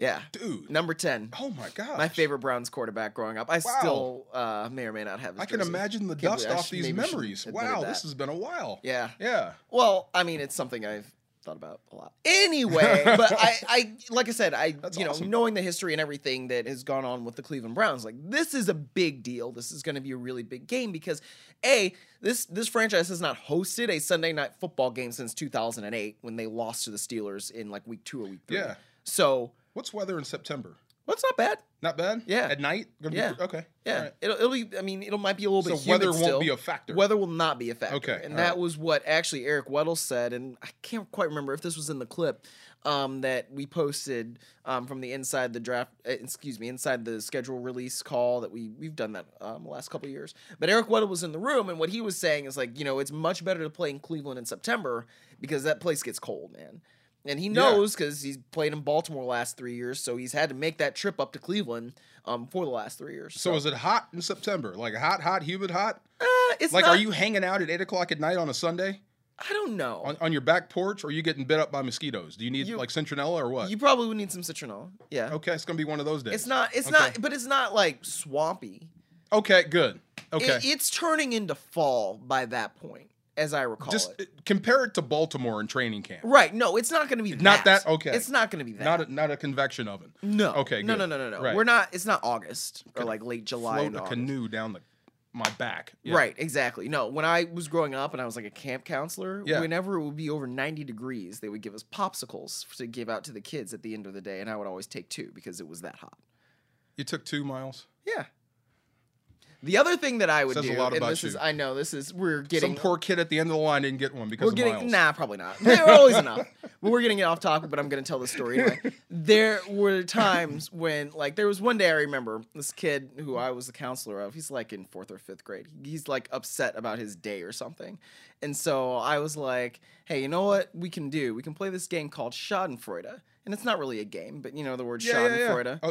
Speaker 1: yeah,
Speaker 2: Dude.
Speaker 1: number 10.
Speaker 2: Oh my god.
Speaker 1: My favorite Browns quarterback growing up. I still uh, may or may not have. His
Speaker 2: I can
Speaker 1: jersey.
Speaker 2: imagine the
Speaker 1: Can't
Speaker 2: dust
Speaker 1: believe- I
Speaker 2: off
Speaker 1: should-
Speaker 2: these
Speaker 1: maybe shouldn't
Speaker 2: memories.
Speaker 1: admitted
Speaker 2: Wow,
Speaker 1: that.
Speaker 2: this has been a while.
Speaker 1: Yeah.
Speaker 2: Yeah.
Speaker 1: Well, I mean, it's something I've thought about a lot. Anyway, but I, I like I said, I you know,
Speaker 2: awesome.
Speaker 1: knowing the history and everything that has gone on with the Cleveland Browns, like this is a big deal. This is going to be a really big game because a this this franchise has not hosted a Sunday night football game since 2008 when they lost to the Steelers in like week two or week three.
Speaker 2: Yeah.
Speaker 1: So
Speaker 2: What's weather in September?
Speaker 1: that's not bad.
Speaker 2: Not bad?
Speaker 1: Yeah.
Speaker 2: At night? Gonna
Speaker 1: Yeah.
Speaker 2: Be, okay.
Speaker 1: Yeah,
Speaker 2: All right.
Speaker 1: it'll, it'll be. I mean, it'll might be a little
Speaker 2: So
Speaker 1: bit. humid
Speaker 2: weather won't
Speaker 1: still.
Speaker 2: be a factor.
Speaker 1: Weather will not be a factor.
Speaker 2: Okay,
Speaker 1: and
Speaker 2: all
Speaker 1: that
Speaker 2: right.
Speaker 1: was what actually Eric Weddle said, and I can't quite remember if this was in the clip um, that we posted um, from the inside the draft. Uh, excuse me, inside the schedule release call that we we've done that um, the last couple of years. But Eric Weddle was in the room, and what he was saying is like, you know, it's much better to play in Cleveland in September because that place gets cold, man. And he knows because he's played in Baltimore last three years, so he's had to make that trip up to Cleveland um, for the last three years.
Speaker 2: So is it hot in September? Like hot, hot, humid, hot?
Speaker 1: Uh, it's
Speaker 2: Like
Speaker 1: not-
Speaker 2: are you hanging out at eight o'clock at night on a Sunday?
Speaker 1: I don't know.
Speaker 2: On, on your back porch? Or are you getting bit up by mosquitoes? Do you need
Speaker 1: You-
Speaker 2: like centronella or what?
Speaker 1: you probably would need some citronol. Yeah.
Speaker 2: okay, it's gonna be one of those days.
Speaker 1: It's not. It's
Speaker 2: Okay.
Speaker 1: not. But it's not like swampy.
Speaker 2: Okay, good.
Speaker 1: It-
Speaker 2: Okay.
Speaker 1: it's turning into fall by that point. as I recall
Speaker 2: Just
Speaker 1: it.
Speaker 2: compare it to Baltimore in training camp.
Speaker 1: Right. No, it's not going to be
Speaker 2: Not that- okay.
Speaker 1: It's not going to be that.
Speaker 2: Not a, not a convection oven.
Speaker 1: no.
Speaker 2: Okay,
Speaker 1: No,
Speaker 2: good.
Speaker 1: no, no, no, no.
Speaker 2: Right.
Speaker 1: We're not. It's not August or like late July.
Speaker 2: Float
Speaker 1: and
Speaker 2: a
Speaker 1: August.
Speaker 2: canoe down the my back. Yeah.
Speaker 1: Right, exactly. No, when I was growing up and I was like a camp counselor,
Speaker 2: Yeah.
Speaker 1: whenever it would be over 90 degrees, they would give us popsicles to give out to the kids at the end of the day, and I would always take two because it was that hot.
Speaker 2: You took two miles.
Speaker 1: Yeah. The other thing that I would
Speaker 2: Says a
Speaker 1: do,
Speaker 2: lot
Speaker 1: and
Speaker 2: about
Speaker 1: this is,
Speaker 2: you.
Speaker 1: I know this is, we're getting
Speaker 2: Some poor kid at the end of the line didn't get one because
Speaker 1: We're
Speaker 2: of
Speaker 1: getting
Speaker 2: miles.
Speaker 1: nah, probably not. There are always enough. But we're getting it off topic, but I'm gonna tell the story anyway. There were times when like there was one day I remember this kid who I was the counselor of, he's like in fourth or fifth grade. He's like upset about his day or something. And so I was like, hey, you know what we can do? We can play this game called Schadenfreude. And it's not really a game, but you know the word
Speaker 2: Yeah, yeah,
Speaker 1: Schadenfreude.
Speaker 2: yeah.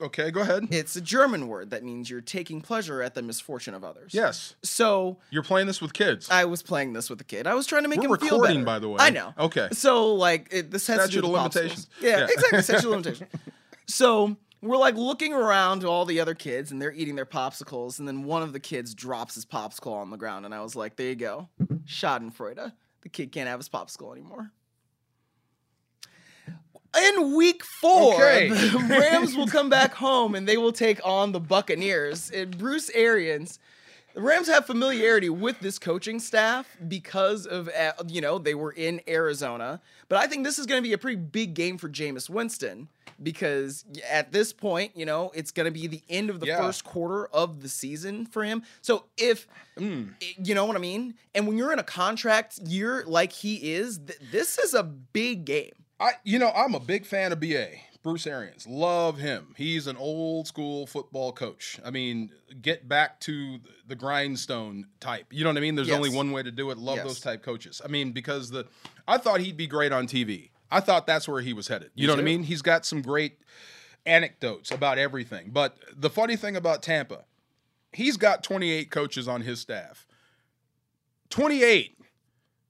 Speaker 2: Oh, okay, go ahead.
Speaker 1: It's a German word that means you're taking pleasure at the misfortune of others.
Speaker 2: Yes,
Speaker 1: So
Speaker 2: you're playing this with kids.
Speaker 1: I was playing this with a kid. I was trying to make
Speaker 2: We're
Speaker 1: him feel
Speaker 2: recording,
Speaker 1: better.
Speaker 2: by the way.
Speaker 1: I know.
Speaker 2: Okay.
Speaker 1: So like it, this has to
Speaker 2: Statute
Speaker 1: do
Speaker 2: of
Speaker 1: with
Speaker 2: limitations.
Speaker 1: popsicles. Yeah,
Speaker 2: Yeah.
Speaker 1: exactly. Statute of limitation. So we're like looking around to all the other kids, and they're eating their popsicles, and then one of the kids drops his popsicle on the ground, and I was like, "There you go, Schadenfreude. The kid can't have his popsicle anymore." In week four,
Speaker 2: Okay.
Speaker 1: the Rams will come back home and they will take on the Buccaneers. And Bruce Arians the Rams have familiarity with this coaching staff because of uh, you know they were in Arizona, but I think this is going to be a pretty big game for Jameis Winston because at this point, you know, it's going to be the end of the
Speaker 2: Yeah.
Speaker 1: first quarter of the season for him. So if you know what I mean, and when you're in a contract year like he is, th- this is a big game.
Speaker 2: I, you know, I'm a big fan of BA, Bruce Arians. Love him. He's an old school football coach. I mean, get back to the grindstone type. You know what I mean? There's
Speaker 1: Yes.
Speaker 2: only one way to do it. Love
Speaker 1: Yes.
Speaker 2: those type coaches. I mean, because the I thought he'd be great on TV. I thought that's where he was headed. You know what I
Speaker 1: too.
Speaker 2: mean? He's got some great anecdotes about everything. But the funny thing about Tampa, he's got 28 coaches on his staff. 28.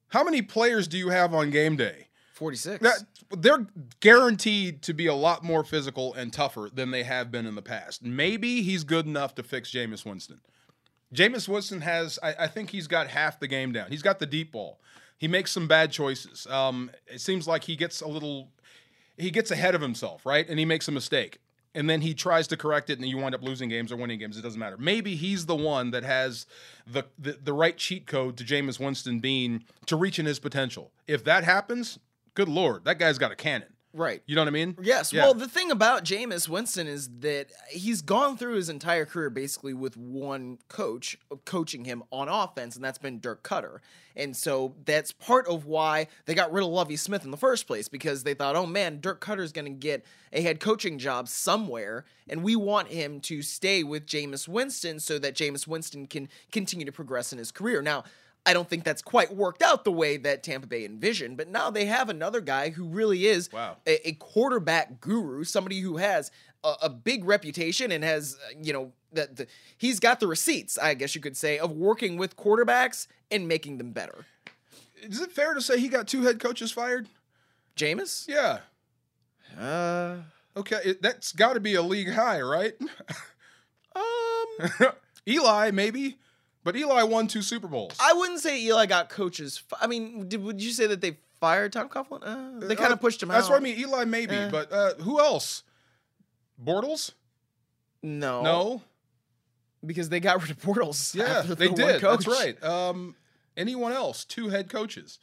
Speaker 2: How many players do you have on game day?
Speaker 1: Forty six.
Speaker 2: That they're guaranteed to be a lot more physical and tougher than they have been in the past. Maybe he's good enough to fix Jameis Winston. Jameis Winston has, I, I think he's got half the game down. He's got the deep ball. He makes some bad choices. Um, it seems like he gets a little, he gets ahead of himself, right? And he makes a mistake. And then he tries to correct it, and you wind up losing games or winning games. It doesn't matter. Maybe he's the one that has the the, the right cheat code to Jameis Winston being to reaching his potential. If that happens, good lord, that guy's got a cannon.
Speaker 1: right.
Speaker 2: You know what I mean?
Speaker 1: Yes.
Speaker 2: Yeah.
Speaker 1: Well, the thing about Jameis Winston is that he's gone through his entire career basically with one coach coaching him on offense, and that's been Dirk Cutter. And so that's part of why they got rid of Lovey Smith in the first place because they thought, oh man, Dirk Cutter's going to get a head coaching job somewhere, and we want him to stay with Jameis Winston so that Jameis Winston can continue to progress in his career. Now, I don't think that's quite worked out the way that Tampa Bay envisioned, but now they have another guy who really is
Speaker 2: Wow.
Speaker 1: a, a quarterback guru, somebody who has a, a big reputation and has, uh, you know, that the, he's got the receipts, I guess you could say, of working with quarterbacks and making them better.
Speaker 2: Is it fair to say he got two head coaches fired?
Speaker 1: Jameis?
Speaker 2: Yeah.
Speaker 1: Uh,
Speaker 2: Okay, it, that's got to be a league high, right?
Speaker 1: um,
Speaker 2: Eli maybe, but Eli won two Super Bowls.
Speaker 1: I wouldn't say Eli got coaches. Fi- I mean, did, would you say that they fired Tom Coughlin? Uh, they kind
Speaker 2: Uh,
Speaker 1: of pushed him
Speaker 2: That's
Speaker 1: out.
Speaker 2: what I mean. Eli maybe,
Speaker 1: Eh.
Speaker 2: but uh, who else? Bortles?
Speaker 1: No.
Speaker 2: No.
Speaker 1: Because they got rid of Portals.
Speaker 2: Yeah,
Speaker 1: after
Speaker 2: they
Speaker 1: the one
Speaker 2: did. That's
Speaker 1: coach.
Speaker 2: right. Um, anyone else? Two head coaches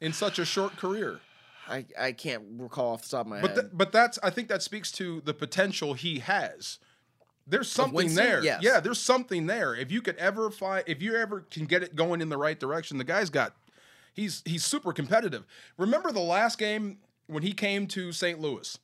Speaker 2: in such a short career.
Speaker 1: I, I can't recall off the top of my
Speaker 2: But
Speaker 1: head.
Speaker 2: th- but that's I think that speaks to the potential he has. There's something
Speaker 1: Winston?
Speaker 2: there.
Speaker 1: Yes.
Speaker 2: Yeah, there's something there. If you could ever find if you ever can get it going in the right direction, the guy's got he's he's super competitive. Remember the last game when he came to St. Louis?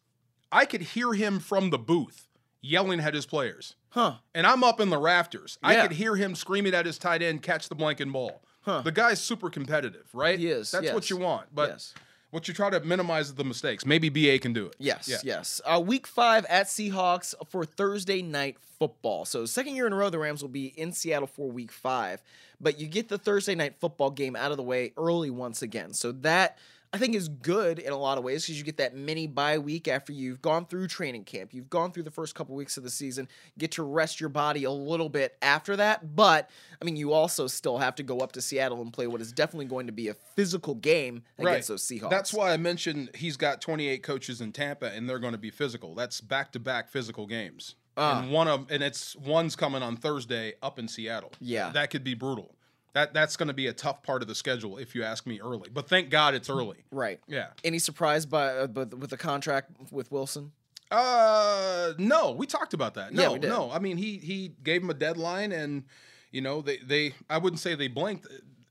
Speaker 2: I could hear him from the booth yelling at his players.
Speaker 1: huh.
Speaker 2: And I'm up in the rafters. I
Speaker 1: Yeah.
Speaker 2: could hear him screaming at his tight end, catch the blank and ball. The guy's super competitive, right?
Speaker 1: He is,
Speaker 2: That's what
Speaker 1: yes.
Speaker 2: you want. But
Speaker 1: Yes.
Speaker 2: what you try to minimize is the mistakes. Maybe BA can do it.
Speaker 1: Yes,
Speaker 2: Yeah.
Speaker 1: yes. Uh, week five at Seahawks for Thursday night football. So second year in a row, the Rams will be in Seattle for week five, but you get the Thursday night football game out of the way early once again. So that I think is good in a lot of ways because you get that mini bye week after you've gone through training camp. You've gone through the first couple weeks of the season, get to rest your body a little bit after that. But I mean, you also still have to go up to Seattle and play what is definitely going to be a physical game against those Seahawks.
Speaker 2: That's why I mentioned he's got 28 coaches in Tampa, and they're going to be physical. That's back-to-back physical games,
Speaker 1: Uh.
Speaker 2: and one of and it's one's coming on Thursday up in Seattle.
Speaker 1: Yeah.
Speaker 2: that could be brutal. That that's going to be a tough part of the schedule if you ask me early. But thank God it's early.
Speaker 1: right.
Speaker 2: Yeah.
Speaker 1: Any surprise by uh, but with the contract with Wilson?
Speaker 2: Uh, no, we talked about that.
Speaker 1: Yeah,
Speaker 2: No,
Speaker 1: we did.
Speaker 2: no. I mean, he he gave him a deadline, and you know they they I wouldn't say they blinked.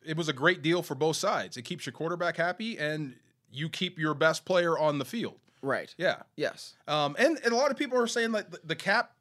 Speaker 2: It was a great deal for both sides. It keeps your quarterback happy, and you keep your best player on the field.
Speaker 1: Right.
Speaker 2: Yeah.
Speaker 1: Yes.
Speaker 2: Um, and, and a lot of people are saying like the, the cap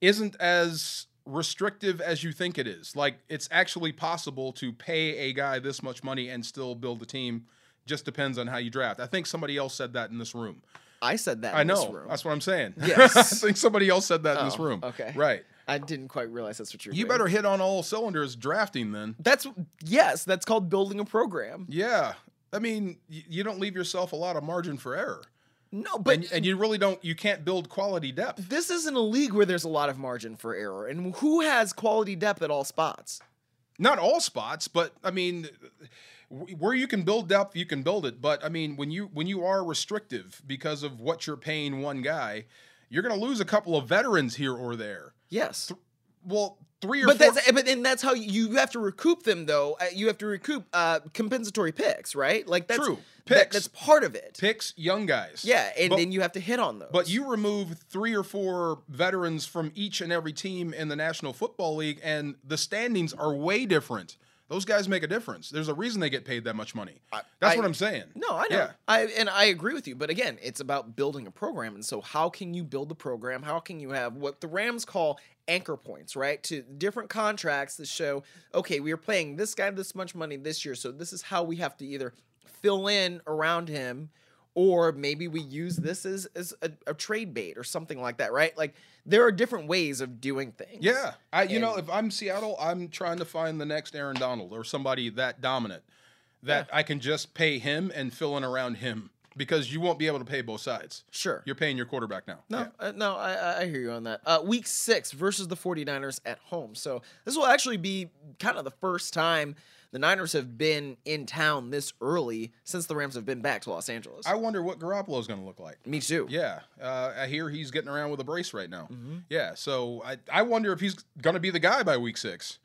Speaker 2: isn't as restrictive as you think it is. Like it's actually possible to pay a guy this much money and still build a team. Just depends on how you draft. I think somebody else said that in this room.
Speaker 1: I said that.
Speaker 2: I
Speaker 1: in This
Speaker 2: know.
Speaker 1: room.
Speaker 2: That's what I'm saying.
Speaker 1: Yes.
Speaker 2: I think somebody else said that in this
Speaker 1: Oh,
Speaker 2: room.
Speaker 1: okay.
Speaker 2: Right.
Speaker 1: I didn't quite realize that's what you're.
Speaker 2: You better hit on all cylinders drafting then.
Speaker 1: That's yes. That's called building a program.
Speaker 2: Yeah. I mean, y- you don't leave yourself a lot of margin for error.
Speaker 1: No, but
Speaker 2: and, and you really don't you can't build quality depth.
Speaker 1: this isn't a league where there's a lot of margin for error. And who has quality depth at all spots?
Speaker 2: Not all spots, but I mean w- where you can build depth, you can build it, but I mean when you when you are restrictive because of what you're paying one guy, you're going to lose a couple of veterans here or there.
Speaker 1: Yes,
Speaker 2: Well, 3 or
Speaker 1: but
Speaker 2: 4
Speaker 1: that's but and that's how you you have to recoup them though. Uh, You have to recoup uh, compensatory picks, right? Like that's
Speaker 2: True.
Speaker 1: that-
Speaker 2: Picks.
Speaker 1: that's part of it.
Speaker 2: picks young guys.
Speaker 1: Yeah, and
Speaker 2: But-
Speaker 1: then you have to hit on those.
Speaker 2: But you remove three or four veterans from each and every team in the National Football League, and the standings are way different. Those guys make a difference. There's a reason they get paid that much money. That's
Speaker 1: I-
Speaker 2: what I'm saying.
Speaker 1: No, I know.
Speaker 2: Yeah.
Speaker 1: I and I agree with you, but again, it's about building a program. And so how can you build the program? How can you have what the Rams call anchor points, right? To different contracts that show, okay, we are paying this guy this much money this year, so this is how we have to either fill in around him or maybe we use this as, as a, a trade bait or something like that, right? Like there are different ways of doing things.
Speaker 2: Yeah. I, you know, if I'm Seattle, I'm trying to find the next Aaron Donald or somebody that dominant that I can just pay him and fill in around him because you won't be able to pay both sides.
Speaker 1: Sure.
Speaker 2: You're paying your quarterback now.
Speaker 1: No,
Speaker 2: Yeah.
Speaker 1: uh, no, I, I- I hear you on that. Uh, week six versus the 49ers at home. So this will actually be kind of the first time the Niners have been in town this early since the Rams have been back to Los Angeles.
Speaker 2: I wonder what Garoppolo is going to look like.
Speaker 1: Me too.
Speaker 2: Yeah, uh, I hear he's getting around with a brace right now. Yeah, so I, I wonder if he's gonna be the guy by week six.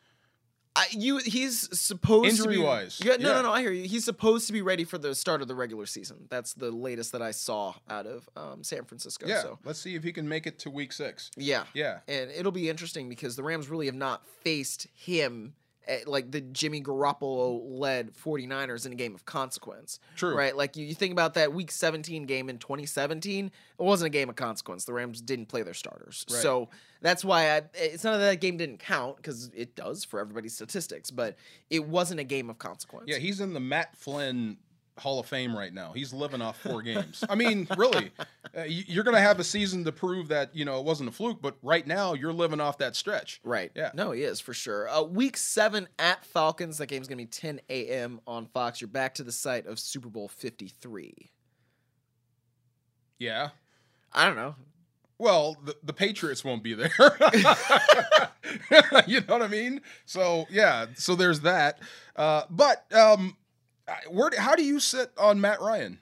Speaker 1: I, you, he's supposed to be
Speaker 2: Injury-wise,
Speaker 1: Yeah, no, no,
Speaker 2: yeah.
Speaker 1: no. I hear you. He's supposed to be ready for the start of the regular season. That's the latest that I saw out of um, San Francisco.
Speaker 2: Yeah,
Speaker 1: So
Speaker 2: let's see if he can make it to week six.
Speaker 1: yeah,
Speaker 2: Yeah,
Speaker 1: and it'll be interesting because the Rams really have not faced him at, like the Jimmy Garoppolo led 49ers in a game of consequence.
Speaker 2: True.
Speaker 1: Right? Like you, you think about that week 17 game in 2017, it wasn't a game of consequence. The Rams didn't play their starters.
Speaker 2: Right.
Speaker 1: So that's why I, it's not that that game didn't count cuz it does for everybody's statistics, but it wasn't a game of consequence.
Speaker 2: yeah, he's in the Matt Flynn Hall of Fame right now. He's living off four games. I mean, really, uh, you- you're gonna have a season to prove that you know it wasn't a fluke. But right now, you're living off that stretch.
Speaker 1: Right.
Speaker 2: Yeah.
Speaker 1: No, he is for sure. Uh, week seven at Falcons. That game's going to be 10 a.m. on Fox. You're back to the site of Super Bowl 53.
Speaker 2: Yeah.
Speaker 1: I don't know.
Speaker 2: Well, the, the Patriots won't be there. you know what I mean? So yeah, so there's that. Uh, but um, I- where? How do you sit on Matt Ryan?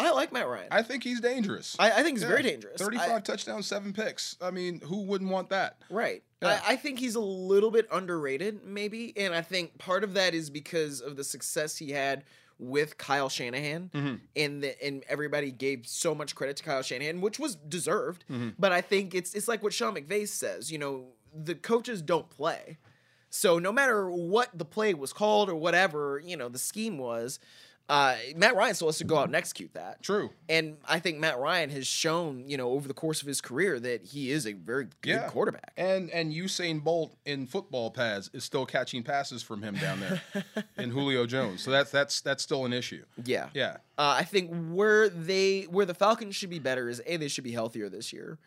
Speaker 1: I like Matt Ryan. I,
Speaker 2: I think he's dangerous.
Speaker 1: I, think he's very
Speaker 2: Yeah,
Speaker 1: dangerous. I-
Speaker 2: Thirty-five touchdowns, seven picks. I mean, who wouldn't want that?
Speaker 1: right.
Speaker 2: Yeah.
Speaker 1: I, I think he's a little bit underrated, maybe. And I think part of that is because of the success he had with Kyle Shanahan. And, the, and everybody gave so much credit to Kyle Shanahan, which was deserved. But I think it's, it's like what Sean McVay says you know, the coaches don't play. So no matter what the play was called or whatever, you know, the scheme was, uh, Matt Ryan still has to go out and execute that.
Speaker 2: True.
Speaker 1: And I think Matt Ryan has shown, you know, over the course of his career that he is a very good
Speaker 2: Yeah.
Speaker 1: quarterback.
Speaker 2: And and Usain Bolt in football pads is still catching passes from him down there, and Julio Jones. So that's that's that's still an issue.
Speaker 1: Yeah.
Speaker 2: Yeah.
Speaker 1: Uh, I think where they where the Falcons should be better is a they should be healthier this year.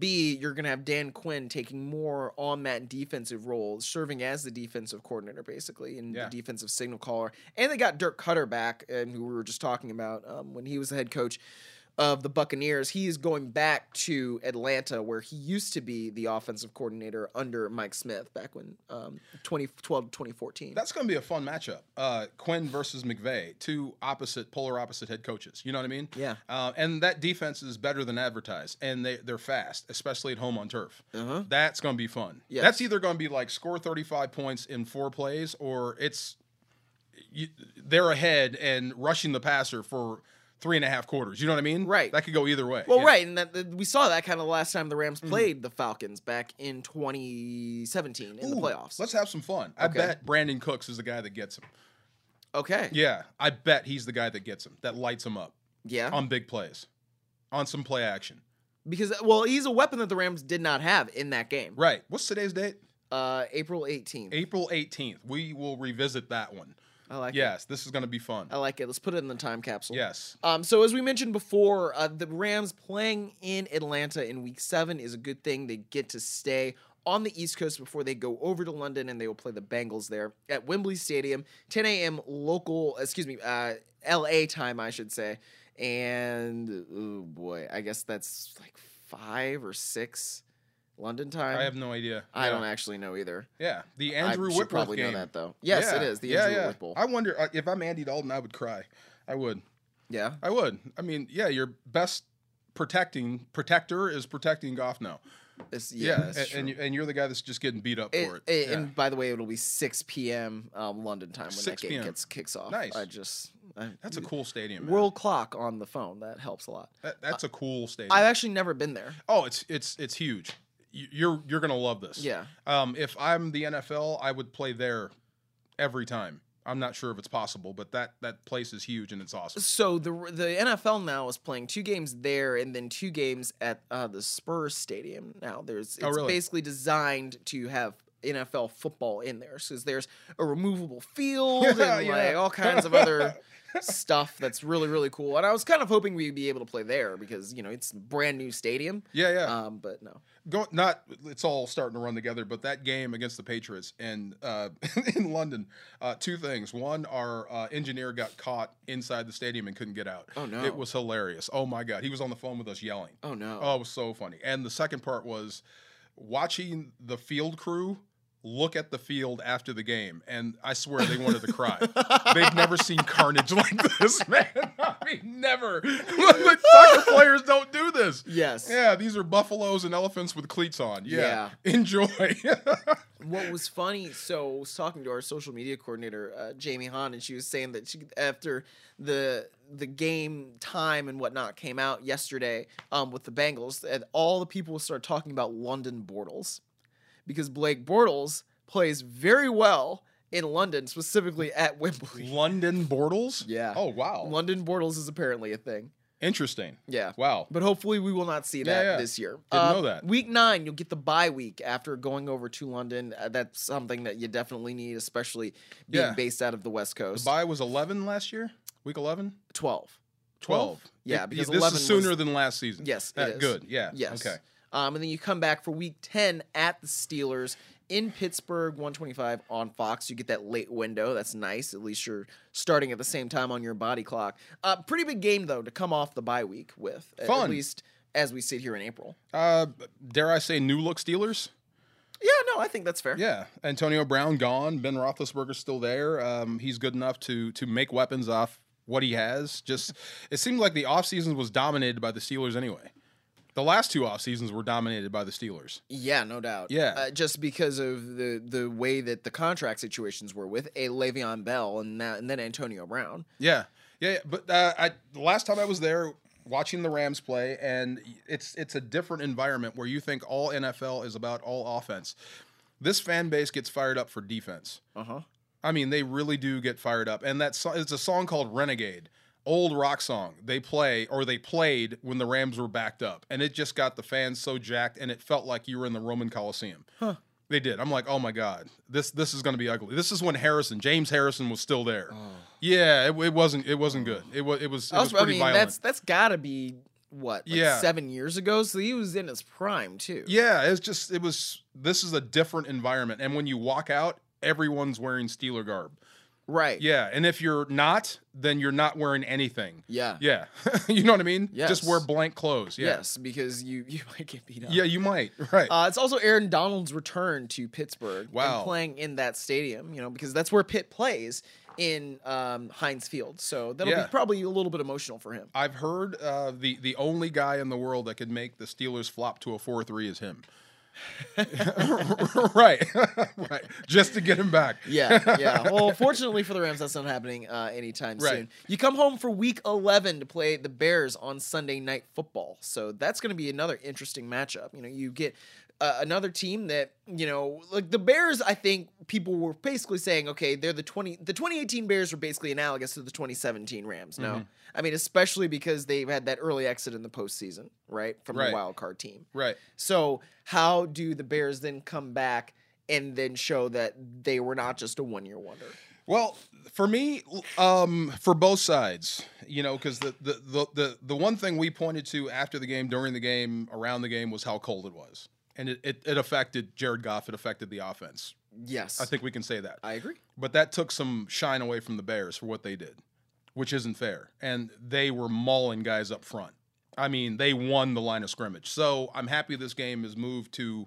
Speaker 1: B, you're going to have Dan Quinn taking more on that defensive role, serving as the defensive coordinator, basically, and
Speaker 2: Yeah.
Speaker 1: the defensive signal caller. And they got Dirk Cutter back, and who we were just talking about um, when he was the head coach of the Buccaneers. He is going back to Atlanta, where he used to be the offensive coordinator under Mike Smith back when um, 2012 2014.
Speaker 2: That's going to be a fun matchup. Uh, Quinn versus McVay, two opposite, polar opposite head coaches. You know what I mean?
Speaker 1: Yeah.
Speaker 2: Uh, and that defense is better than advertised, and they they're fast, especially at home on turf.
Speaker 1: Uh-huh.
Speaker 2: That's going to be fun.
Speaker 1: Yes.
Speaker 2: That's either going to be like score thirty five points in four plays, or it's you, they're ahead and rushing the passer for three and a half quarters. You know what I mean?
Speaker 1: Right.
Speaker 2: That could go either way.
Speaker 1: Well,
Speaker 2: Yeah. Mm-hmm.
Speaker 1: right, and that, that- we saw that kind of last time the Rams played the Falcons back in 2017 in the
Speaker 2: Ooh,
Speaker 1: playoffs.
Speaker 2: Let's have some fun. I
Speaker 1: Okay.
Speaker 2: bet Brandon Cooks is the guy that gets him.
Speaker 1: Okay.
Speaker 2: Yeah, I bet he's the guy that gets him, that lights him up.
Speaker 1: Yeah.
Speaker 2: on big plays, on some play action.
Speaker 1: because well, he's a weapon that the Rams did not have in that game.
Speaker 2: Right. What's today's date?
Speaker 1: Uh, April 18th.
Speaker 2: April 18th. We will revisit that one.
Speaker 1: I like it.
Speaker 2: Yes, this is going to be fun.
Speaker 1: I like it. Let's put it in the time capsule.
Speaker 2: Yes.
Speaker 1: Um, so as we mentioned before, uh, the Rams playing in Atlanta in Week Seven is a good thing. They get to stay on the East Coast before they go over to London, and they will play the Bengals there at Wembley Stadium, 10 a.m. local, excuse me, uh, L.A. time, I should say. And oh boy, I guess that's like five or six London time.
Speaker 2: I have no idea.
Speaker 1: I
Speaker 2: yeah.
Speaker 1: don't actually know either.
Speaker 2: Yeah, the
Speaker 1: I
Speaker 2: Andrew
Speaker 1: should
Speaker 2: Whitworth
Speaker 1: probably
Speaker 2: game.
Speaker 1: know that though. Yes,
Speaker 2: Yeah,
Speaker 1: it is the
Speaker 2: yeah,
Speaker 1: Andrew
Speaker 2: yeah.
Speaker 1: Whitworth Bowl.
Speaker 2: I wonder uh, if I'm Andy Dalton, I would cry. I would.
Speaker 1: yeah.
Speaker 2: I would. I mean, yeah, your best protecting protector is protecting Goff now.
Speaker 1: It's, yeah.
Speaker 2: Yeah,
Speaker 1: that's
Speaker 2: and,
Speaker 1: true.
Speaker 2: and you- and you're the guy that's just getting beat up
Speaker 1: It-
Speaker 2: for it.
Speaker 1: it-
Speaker 2: Yeah.
Speaker 1: And by the way, it'll be 6 p.m. Um, London time when
Speaker 2: 6
Speaker 1: that game
Speaker 2: p.m..
Speaker 1: gets kicks off.
Speaker 2: Nice.
Speaker 1: I just I,
Speaker 2: that's a cool stadium. man.
Speaker 1: world clock on the phone that helps a lot.
Speaker 2: That- that's a cool stadium.
Speaker 1: I've actually never been there.
Speaker 2: Oh, it's it's it's huge. You- You're you're gonna love this.
Speaker 1: Yeah.
Speaker 2: Um, if I'm the NFL, I would play there every time. I'm not sure if it's possible, but that that place is huge and it's awesome.
Speaker 1: So the the NFL now is playing two games there and then two games at uh, the Spurs Stadium. Now there's it's
Speaker 2: Oh, really?
Speaker 1: basically designed to have NFL football in there. So there's a removable field
Speaker 2: Yeah,
Speaker 1: and
Speaker 2: yeah.
Speaker 1: like all kinds of other stuff that's really really cool. And I was kind of hoping we'd be able to play there because you know it's a brand new stadium.
Speaker 2: Yeah, yeah.
Speaker 1: Um, but no.
Speaker 2: Go, not it's all starting to run together, but that game against the Patriots and uh, in London, uh, two things. One, our uh, engineer got caught inside the stadium and couldn't get out.
Speaker 1: Oh, no.
Speaker 2: It was hilarious. Oh my god, he was on the phone with us yelling.
Speaker 1: Oh no.
Speaker 2: Oh, it was so funny. And the second part was watching the field crew look at the field after the game, and I swear they wanted to cry. They've never seen carnage like this, man. I mean, never. Like, soccer players don't do this.
Speaker 1: Yes.
Speaker 2: Yeah, these are buffaloes and elephants with cleats on. Yeah, enjoy.
Speaker 1: What was funny? So I was talking to our social media coordinator, uh, Jamie Hahn, and she was saying that she, after the the game time and whatnot came out yesterday um, with the Bengals, and all the people started talking about London Bortles because Blake Bortles plays very well in London, specifically at Wembley.
Speaker 2: London Bortles.
Speaker 1: Yeah.
Speaker 2: Oh wow.
Speaker 1: London Bortles is apparently a thing.
Speaker 2: Interesting.
Speaker 1: Yeah.
Speaker 2: Wow.
Speaker 1: But hopefully we will not see that
Speaker 2: yeah.
Speaker 1: this year. Um,
Speaker 2: Didn't know that.
Speaker 1: Week nine, you'll get the bye week after going over to London. Uh, that's something that you definitely need, especially being
Speaker 2: Yeah.
Speaker 1: based out of the West
Speaker 2: The
Speaker 1: Coast.
Speaker 2: buy was eleven last year. Week eleven.
Speaker 1: Twelve.
Speaker 2: 12.
Speaker 1: Yeah,
Speaker 2: It-
Speaker 1: because
Speaker 2: this
Speaker 1: 11
Speaker 2: is sooner
Speaker 1: was-
Speaker 2: than last season.
Speaker 1: Yes, it
Speaker 2: that,
Speaker 1: is.
Speaker 2: good. Yeah.
Speaker 1: Yes.
Speaker 2: Okay.
Speaker 1: Um, and then you come back for week ten at the Steelers in Pittsburgh, one twenty five on Fox. You get that late window. That's nice. At least you're starting at the same time on your body clock. Uh, pretty big game though to come off the bye week with. at- At
Speaker 2: Fun.
Speaker 1: least as we sit here in April.
Speaker 2: Uh, dare I say, new look Steelers?
Speaker 1: Yeah, no, I think that's fair.
Speaker 2: Yeah, Antonio Brown gone. Ben Roethlisberger's still there. Um, he's good enough to to make weapons off what he has. Just it seemed like the offseason was dominated by the Steelers anyway. The last two off seasons were dominated by the Steelers.
Speaker 1: Yeah, no doubt.
Speaker 2: Yeah.
Speaker 1: uh, just because of the the way that the contract situations were with a Le'Veon Bell and that, and then Antonio Brown.
Speaker 2: Yeah, yeah. yeah. But uh, I the last time I was there watching the Rams play, and it's it's a different environment where you think all NFL is about all offense. This fan base gets fired up for defense.
Speaker 1: Uh huh.
Speaker 2: I mean, they really do get fired up. And that so- it's a song called Renegade, old rock song. They play or they played when the Rams were backed up, and it just got the fans so jacked, and it felt like you were in the Roman Coliseum.
Speaker 1: Huh.
Speaker 2: They did. I'm like, oh my god, this this is going to be ugly. This is when Harrison, James Harrison, was still there. Yeah, it, it wasn't it wasn't good. It was it was it was
Speaker 1: Oh. Also,
Speaker 2: pretty
Speaker 1: I mean,
Speaker 2: violent.
Speaker 1: that's that's gotta be what like
Speaker 2: Yeah.
Speaker 1: seven years ago, so he was in his prime too.
Speaker 2: Yeah, it's just it was this is a different environment. And when you walk out, everyone's wearing Steeler garb.
Speaker 1: Right.
Speaker 2: Yeah, and if you're not, then you're not wearing anything.
Speaker 1: Yeah.
Speaker 2: Yeah. you know what I mean?
Speaker 1: Yes.
Speaker 2: Just wear blank clothes. Yeah.
Speaker 1: Yes, because you you might get beat up.
Speaker 2: Yeah, you might. Right.
Speaker 1: Uh, it's also Aaron Donald's return to Pittsburgh. and
Speaker 2: Wow.
Speaker 1: playing in that stadium, you know, because that's where Pitt plays in um, Heinz Field. So that'll
Speaker 2: Yeah.
Speaker 1: be probably a little bit emotional for him.
Speaker 2: I've heard uh, the the only guy in the world that could make the Steelers flop to a four three is him. right, right. Just to get him back.
Speaker 1: Yeah, yeah. Well, fortunately for the Rams, that's not happening uh, anytime
Speaker 2: Right.
Speaker 1: soon. You come home for Week 11 to play the Bears on Sunday Night Football, so that's going to be another interesting matchup. You know, you get uh, another team that you know, like the Bears. I think people were basically saying, okay, they're the 20 the 2018 Bears are basically analogous to the 2017 Rams. No,
Speaker 2: Mm-hmm.
Speaker 1: I mean especially because they've had that early exit in the postseason, right, from the
Speaker 2: Right.
Speaker 1: wild card team.
Speaker 2: Right.
Speaker 1: So how do the Bears then come back and then show that they were not just a one year wonder?
Speaker 2: Well, for me, um, for both sides, you know, because the, the the the the one thing we pointed to after the game, during the game, around the game was how cold it was, and it it, it affected Jared Goff. It affected the offense.
Speaker 1: Yes.
Speaker 2: I think we can say that.
Speaker 1: I agree.
Speaker 2: But that took some shine away from the Bears for what they did, which isn't fair. And they were mauling guys up front. I mean, they won the line of scrimmage. So I'm happy this game has moved to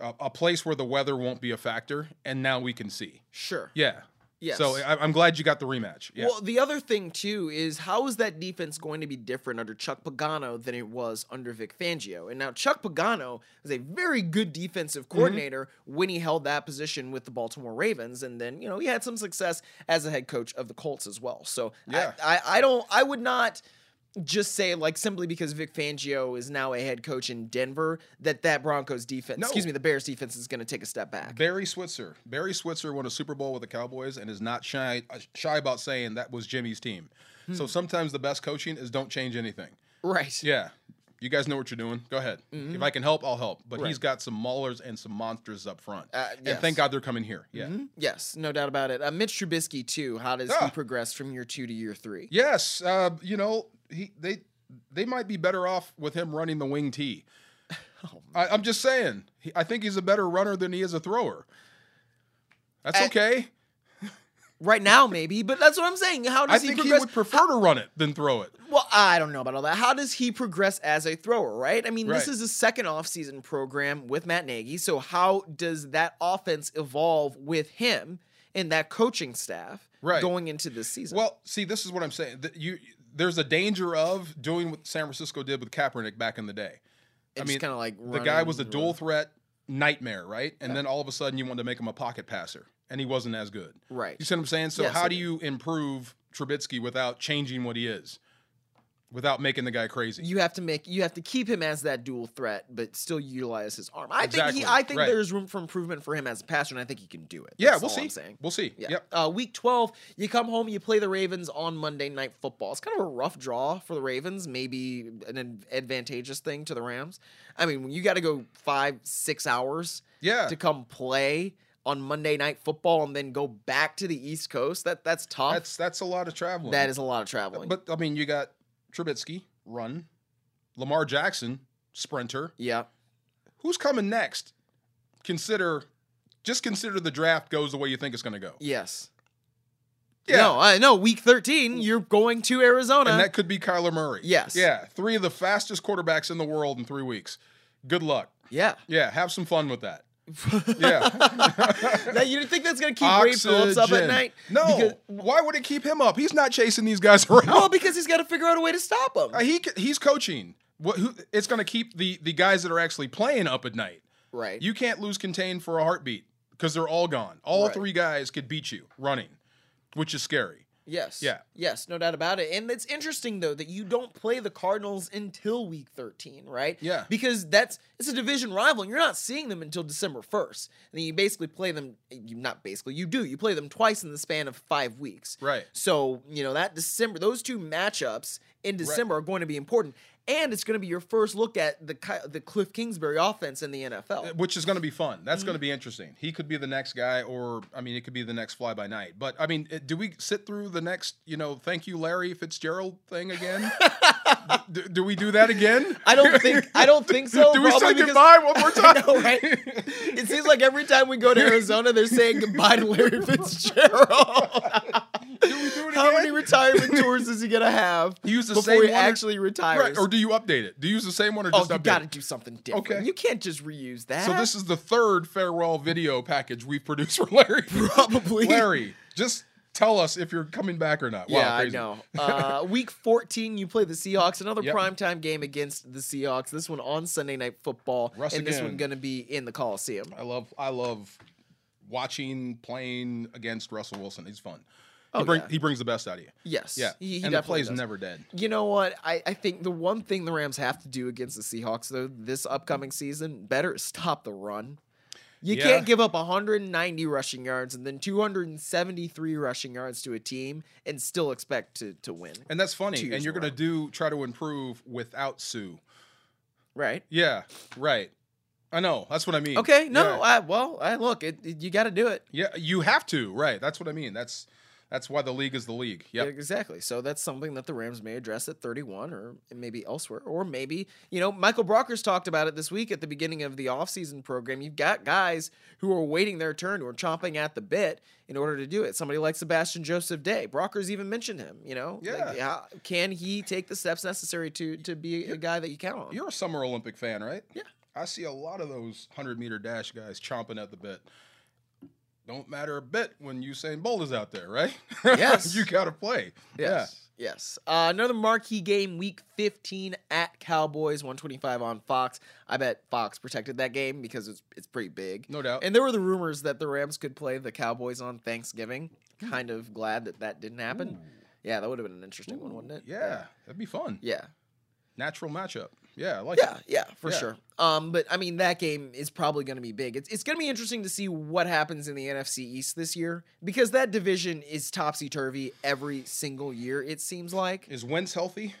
Speaker 2: a, a place where the weather won't be a factor, and now we can see.
Speaker 1: Sure.
Speaker 2: Yeah.
Speaker 1: Yes.
Speaker 2: So I, I'm glad you got the rematch. Yeah.
Speaker 1: Well, the other thing too is how is that defense going to be different under Chuck Pagano than it was under Vic Fangio? And now Chuck Pagano is a very good defensive
Speaker 2: Mm-hmm.
Speaker 1: coordinator when he held that position with the Baltimore Ravens, and then you know he had some success as a head coach of the Colts as well. So
Speaker 2: Yeah.
Speaker 1: I, I, I don't, I would not just say like simply because Vic Fangio is now a head coach in Denver that that Broncos defense,
Speaker 2: No.
Speaker 1: excuse me, the Bears defense is going to take a step back.
Speaker 2: Barry Switzer. Barry Switzer won a Super Bowl with the Cowboys and is not shy uh, shy about saying that was Jimmy's team.
Speaker 1: Hmm.
Speaker 2: So sometimes the best coaching is don't change anything.
Speaker 1: Right.
Speaker 2: Yeah. You guys know what you're doing. Go ahead.
Speaker 1: Mm-hmm.
Speaker 2: If I can help, I'll help. But he's got some maulers and some monsters up front.
Speaker 1: Uh,
Speaker 2: And
Speaker 1: yes. Mm-hmm.
Speaker 2: thank God they're coming here. Yeah.
Speaker 1: Yes, no doubt about it. Uh, Mitch Trubisky too. How does he
Speaker 2: Mm-hmm. Ah.
Speaker 1: progress from year two to year three?
Speaker 2: Yes. Uh, you know, he they they might be better off with him running the wing tee.
Speaker 1: Oh,
Speaker 2: I, I'm just saying. He, I think he's a better runner than he is a thrower. That's
Speaker 1: I-
Speaker 2: okay.
Speaker 1: Right now, maybe, but that's what I'm saying. How
Speaker 2: I
Speaker 1: does he
Speaker 2: think he
Speaker 1: progress?
Speaker 2: would prefer to run it than throw it.
Speaker 1: well, I don't know about all that. How does he progress as a thrower? Right. I mean, this
Speaker 2: Right.
Speaker 1: is his second offseason program with Matt Nagy. So how does that offense evolve with him and that coaching staff
Speaker 2: Right.
Speaker 1: going into this season?
Speaker 2: Well, see, this is what I'm saying. That you there's a danger of doing what San Francisco did with Kaepernick back in the day.
Speaker 1: It's
Speaker 2: I mean,
Speaker 1: kind of like
Speaker 2: the guy
Speaker 1: running
Speaker 2: was a
Speaker 1: through-
Speaker 2: dual threat nightmare, right? And then all of a sudden you wanted to make him a pocket passer, and he wasn't as good.
Speaker 1: Right.
Speaker 2: You see what I'm saying? So
Speaker 1: Yes, I
Speaker 2: how do
Speaker 1: do.
Speaker 2: you improve Trubisky without changing what he is, without making the guy crazy?
Speaker 1: you have to make you have to keep him as that dual threat, but still utilize his arm. I
Speaker 2: Exactly,
Speaker 1: think he, I think
Speaker 2: right.
Speaker 1: there's room for improvement for him as a passer, and I think he can do it.
Speaker 2: yeah,
Speaker 1: That's
Speaker 2: we'll
Speaker 1: all
Speaker 2: see.
Speaker 1: I'm saying.
Speaker 2: We'll see.
Speaker 1: Yeah.
Speaker 2: Yep.
Speaker 1: Uh, week 12, you come home, you play the Ravens on Monday Night Football. It's kind of a rough draw for the Ravens, maybe an ad- advantageous thing to the Rams. I mean, you got to go five, six hours
Speaker 2: Yeah.
Speaker 1: to come play on Monday Night Football and then go back to the East Coast. That That's tough.
Speaker 2: That's that's a lot of traveling.
Speaker 1: that is a lot of traveling.
Speaker 2: But I mean, you got Trubisky run, Lamar Jackson sprinter.
Speaker 1: yeah.
Speaker 2: Who's coming next? Consider, just consider the draft goes the way you think it's going to go.
Speaker 1: Yes.
Speaker 2: Yeah.
Speaker 1: No, I no, week 13, you're going to Arizona.
Speaker 2: And that could be Kyler Murray.
Speaker 1: Yes.
Speaker 2: Yeah. Three of the fastest quarterbacks in the world in three weeks. Good luck.
Speaker 1: yeah.
Speaker 2: Yeah. Have some fun with that. Yeah.
Speaker 1: Now, you didn't think that's going to keep Ray Phillips up at
Speaker 2: Oxygen.
Speaker 1: night?
Speaker 2: No.
Speaker 1: Because-
Speaker 2: why would it keep him up? He's not chasing these guys around.
Speaker 1: well, because he's got to figure out a way to stop him.
Speaker 2: Uh, he c- he's coaching. What who, it's going to keep the the guys that are actually playing up at night.
Speaker 1: right.
Speaker 2: You can't lose contain for a heartbeat because they're all gone. All
Speaker 1: Right.
Speaker 2: three guys could beat you running, which is scary.
Speaker 1: Yes.
Speaker 2: Yeah.
Speaker 1: Yes, no doubt about it. And it's interesting though that you don't play the Cardinals until week 13, right?
Speaker 2: Yeah.
Speaker 1: Because that's it's a division rival and you're not seeing them until December 1st. And then you basically play them you not basically, you do. You play them twice in the span of 5 weeks.
Speaker 2: Right.
Speaker 1: So, you know, that December those two matchups in December are going to be important. and it's going to be your first look at the Ki- the Cliff Kingsbury offense in the NFL.
Speaker 2: which is going to be fun. That's
Speaker 1: Mm-hmm.
Speaker 2: going to be interesting. He could be the next guy, or I mean, it could be the next fly by night. But I mean, it- do we sit through the next, you know, thank you, Larry Fitzgerald thing again? do, do we do that again?
Speaker 1: I don't think I don't think so.
Speaker 2: do we
Speaker 1: probably
Speaker 2: say
Speaker 1: because-
Speaker 2: goodbye one more
Speaker 1: I
Speaker 2: time?
Speaker 1: know, right? It seems like every time we go to Arizona, they're saying goodbye to Larry Fitzgerald.
Speaker 2: Do we do it
Speaker 1: How
Speaker 2: again?
Speaker 1: many retirement tours is he gonna have
Speaker 2: Use the
Speaker 1: before
Speaker 2: same
Speaker 1: he
Speaker 2: one or-
Speaker 1: actually retires?
Speaker 2: Right, or do you update it? Do you use the same one or
Speaker 1: oh,
Speaker 2: just
Speaker 1: you
Speaker 2: update?
Speaker 1: gotta
Speaker 2: it?
Speaker 1: do something different.
Speaker 2: Okay.
Speaker 1: You can't just reuse that.
Speaker 2: So this is the third farewell video package we've produced for Larry.
Speaker 1: probably
Speaker 2: Larry, just tell us if you're coming back or not. Wow,
Speaker 1: Yeah, I
Speaker 2: crazy.
Speaker 1: know. Uh, week 14, you play the Seahawks. Another
Speaker 2: Yep.
Speaker 1: primetime game against the Seahawks. This one on Sunday Night Football,
Speaker 2: Russ
Speaker 1: and this
Speaker 2: again.
Speaker 1: one going to be in the Coliseum.
Speaker 2: I love I love watching playing against Russell Wilson. He's fun. He,
Speaker 1: Oh,
Speaker 2: bring,
Speaker 1: yeah.
Speaker 2: he brings the best out of you.
Speaker 1: Yes.
Speaker 2: Yeah,
Speaker 1: He, he
Speaker 2: and the
Speaker 1: definitely
Speaker 2: play's
Speaker 1: does.
Speaker 2: never dead.
Speaker 1: You know what? I, I think the one thing the Rams have to do against the Seahawks, though, this upcoming season, better is stop the run. You
Speaker 2: Yeah.
Speaker 1: can't give up 190 rushing yards and then 273 rushing yards to a team and still expect to, to win.
Speaker 2: And that's funny.
Speaker 1: Two
Speaker 2: and
Speaker 1: years
Speaker 2: you're
Speaker 1: in a
Speaker 2: gonna do try to improve without Sue.
Speaker 1: Right?
Speaker 2: Yeah, right. I know. That's what I mean.
Speaker 1: Okay. No,
Speaker 2: Yeah,
Speaker 1: I, well, I, look, it, it- you got to do it.
Speaker 2: Yeah, you have to. Right. That's what I mean. That's that's why the league is the league.
Speaker 1: Yeah,
Speaker 2: Yep.
Speaker 1: Exactly. So that's something that the Rams may address at 31 or maybe elsewhere. Or maybe, you know, Michael Brockers talked about it this week at the beginning of the offseason program. You've got guys who are waiting their turn, who are chomping at the bit in order to do it. Somebody like Sebastian Joseph Day. Brockers even mentioned him, you know? Like,
Speaker 2: Yeah.
Speaker 1: how- can he take the steps necessary to to be a guy that you count on?
Speaker 2: You're a summer Olympic fan, right?
Speaker 1: Yeah.
Speaker 2: I see a lot of those hundred meter dash guys chomping at the bit. Don't matter a bit when Usain Bolt is out there, right?
Speaker 1: Yes.
Speaker 2: you gotta play. Yeah.
Speaker 1: Yes. Yes. Uh, another marquee game, week 15 at Cowboys, 125 on Fox. I bet Fox protected that game because it's, it's pretty big.
Speaker 2: No doubt.
Speaker 1: And there were the rumors that the Rams could play the Cowboys on Thanksgiving. Kind of glad that that didn't happen. Yeah, that would have been an interesting one, wouldn't it?
Speaker 2: Yeah, that'd be fun.
Speaker 1: Yeah.
Speaker 2: Natural matchup. Yeah, I like
Speaker 1: Yeah,
Speaker 2: it.
Speaker 1: yeah, for
Speaker 2: Yeah.
Speaker 1: sure. Um, but I mean, that game is probably going to be big. It's, it's going to be interesting to see what happens in the NFC East this year because that division is topsy turvy every single year. It seems like.
Speaker 2: Is Wentz healthy?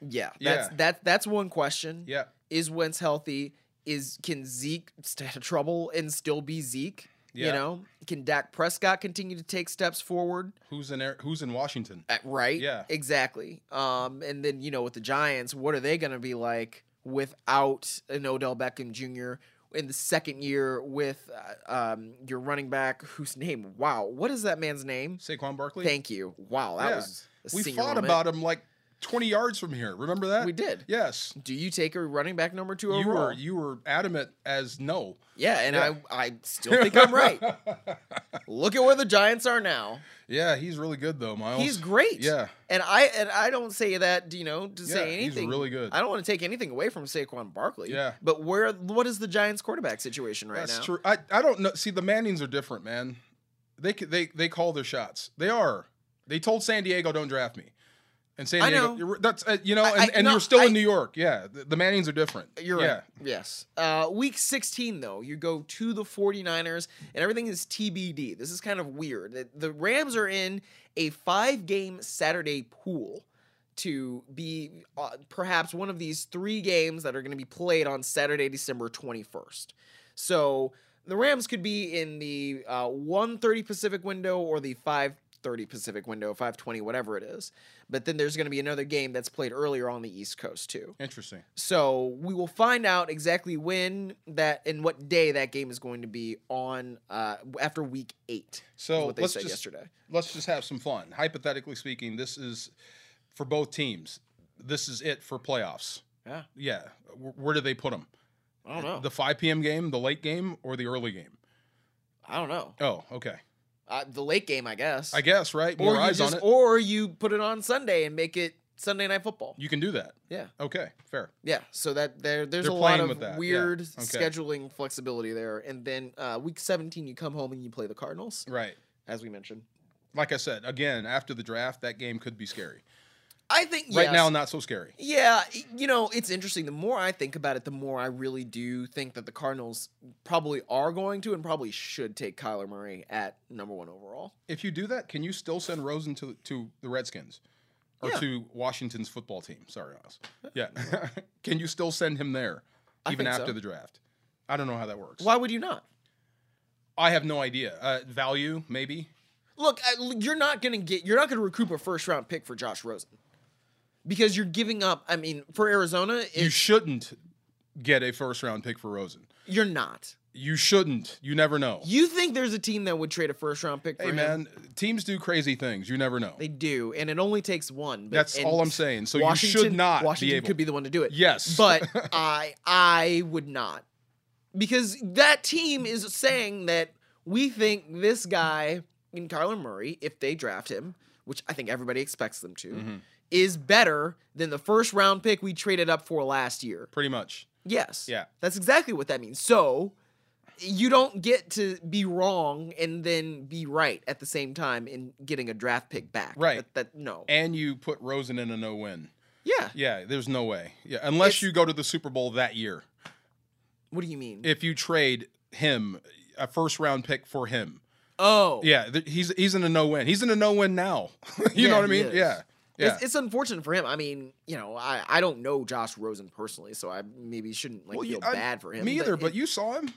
Speaker 1: Yeah, that's
Speaker 2: Yeah.
Speaker 1: that that's one question.
Speaker 2: Yeah.
Speaker 1: Is Wentz healthy? Is can Zeke stay out of trouble and still be Zeke? You
Speaker 2: Yeah.
Speaker 1: know, can Dak Prescott continue to take steps forward?
Speaker 2: Who's in Ar- Who's in Washington?
Speaker 1: Uh, right?
Speaker 2: Yeah.
Speaker 1: Exactly. Um, and then you know with the Giants, what are they going to be like without an Odell Beckham Jr. in the second year with uh, um, your running back whose name? Wow, what is that man's name?
Speaker 2: Saquon Barkley.
Speaker 1: Thank you. Wow, that
Speaker 2: Yeah.
Speaker 1: was a
Speaker 2: we
Speaker 1: senior
Speaker 2: fought
Speaker 1: moment.
Speaker 2: about him like 20 yards from here. Remember that?
Speaker 1: We did.
Speaker 2: Yes.
Speaker 1: Do you take a running back number two
Speaker 2: You
Speaker 1: overall?
Speaker 2: were you were adamant as no.
Speaker 1: Yeah, and
Speaker 2: Yeah.
Speaker 1: I I still think I'm right. Look at where the Giants are now.
Speaker 2: Yeah, he's really good though, Miles.
Speaker 1: He's great.
Speaker 2: Yeah.
Speaker 1: And I and I don't say that, you know, to say
Speaker 2: Yeah, he's
Speaker 1: anything.
Speaker 2: really good.
Speaker 1: I don't want to take anything away from Saquon Barkley.
Speaker 2: Yeah.
Speaker 1: But where what is the Giants quarterback situation right
Speaker 2: That's
Speaker 1: now?
Speaker 2: true. I, I don't know. See, the Mannings are different, man. They c- they they call their shots. They are. They told San Diego, "Don't draft me," and San
Speaker 1: I
Speaker 2: Diego,
Speaker 1: know.
Speaker 2: you're- that's uh, you know,
Speaker 1: I-
Speaker 2: and,
Speaker 1: I-
Speaker 2: and
Speaker 1: no,
Speaker 2: you're still
Speaker 1: I- Uh,
Speaker 2: in New York. Yeah, the, the Mannings are different.
Speaker 1: You're
Speaker 2: yeah.
Speaker 1: right. Yes. Uh, week 16, though, you go to the 49ers, and everything is TBD. This is kind of weird. The- The Rams are in a five game Saturday pool to be uh, perhaps one of these three games that are going to be played on Saturday, December 21st. So the Rams could be in the uh, 1:30 Pacific window or the 5:30 Pacific window, 5:20, whatever it is. But then there's going to be another game that's played earlier on the East Coast too.
Speaker 2: Interesting.
Speaker 1: So we will find out exactly when that and what day that game is going to be on uh, after week eight. is
Speaker 2: So
Speaker 1: what they
Speaker 2: let's
Speaker 1: said
Speaker 2: just
Speaker 1: yesterday.
Speaker 2: let's just have some fun. Hypothetically speaking, this is for both teams. This is it for playoffs.
Speaker 1: Yeah,
Speaker 2: Yeah, where, where do they put them?
Speaker 1: I don't know.
Speaker 2: The 5 p.m. game, the late game, or the early game?
Speaker 1: I don't know.
Speaker 2: Oh, okay.
Speaker 1: Uh, the late game, I guess.
Speaker 2: I guess right.
Speaker 1: or
Speaker 2: More
Speaker 1: you
Speaker 2: eyes
Speaker 1: just,
Speaker 2: on it.
Speaker 1: or you put it on Sunday and make it Sunday night football.
Speaker 2: you can do that.
Speaker 1: Yeah,
Speaker 2: Okay, fair.
Speaker 1: yeah. So that there, there's
Speaker 2: They're
Speaker 1: a lot
Speaker 2: playing with
Speaker 1: of
Speaker 2: that, yeah.
Speaker 1: weird
Speaker 2: Okay.
Speaker 1: scheduling flexibility there. And then uh, week 17, you come home and you play the Cardinals,
Speaker 2: Right.
Speaker 1: as we mentioned.
Speaker 2: Like I said, again, after the draft, that game could be scary.
Speaker 1: I think
Speaker 2: Right
Speaker 1: yes.
Speaker 2: now, not so scary.
Speaker 1: Yeah, y- you know, it's interesting. The more I think about it, the more I really do think that the Cardinals probably are going to and probably should take Kyler Murray at number one overall.
Speaker 2: If you do that, can you still send Rosen to to the Redskins? or
Speaker 1: Yeah. Uh,
Speaker 2: to Washington's football team. Sorry, Miles. Yeah. Can you still send him there even
Speaker 1: think
Speaker 2: after
Speaker 1: so.
Speaker 2: the draft? I don't know how that works.
Speaker 1: Why would you not?
Speaker 2: I have no idea. Uh, value, maybe.
Speaker 1: Look, I- l- you're not gonna get. You're not gonna recoup a first round pick for Josh Rosen because you're giving up. I mean, for Arizona,
Speaker 2: You
Speaker 1: it,
Speaker 2: shouldn't get a first round pick for Rosen.
Speaker 1: you're not.
Speaker 2: You shouldn't. You never know.
Speaker 1: You think there's a team that would trade a first round pick for
Speaker 2: Hey
Speaker 1: him?
Speaker 2: man, teams do crazy things. You never know.
Speaker 1: They do, and it only takes one. But,
Speaker 2: That's
Speaker 1: and
Speaker 2: all I'm saying. So
Speaker 1: Washington,
Speaker 2: you should not
Speaker 1: Washington
Speaker 2: be able.
Speaker 1: could be the one to do it.
Speaker 2: Yes.
Speaker 1: but I I would not because that team is saying that we think this guy in Kyler Murray, if they draft him, which I think everybody expects them to,
Speaker 2: Mm-hmm.
Speaker 1: is better than the first round pick we traded up for last year.
Speaker 2: pretty much.
Speaker 1: Yes.
Speaker 2: Yeah.
Speaker 1: That's exactly what that means. So you don't get to be wrong and then be right at the same time in getting a draft pick back.
Speaker 2: Right.
Speaker 1: That, that no.
Speaker 2: And you put Rosen in a no win.
Speaker 1: yeah.
Speaker 2: Yeah, there's no way. Yeah, unless
Speaker 1: It's-
Speaker 2: you go to the Super Bowl that year.
Speaker 1: What do you mean?
Speaker 2: If you trade him a first round pick for him.
Speaker 1: oh.
Speaker 2: Yeah, th- he's he's in a no win. He's in a no win now. you
Speaker 1: Yeah,
Speaker 2: know what I
Speaker 1: he
Speaker 2: mean?
Speaker 1: is.
Speaker 2: Yeah. Yeah.
Speaker 1: It's, it's unfortunate for him. I mean, you know, I, I don't know Josh Rosen personally, so I maybe shouldn't like
Speaker 2: Well, you-
Speaker 1: feel
Speaker 2: I-
Speaker 1: bad for him.
Speaker 2: Me either, but you saw him.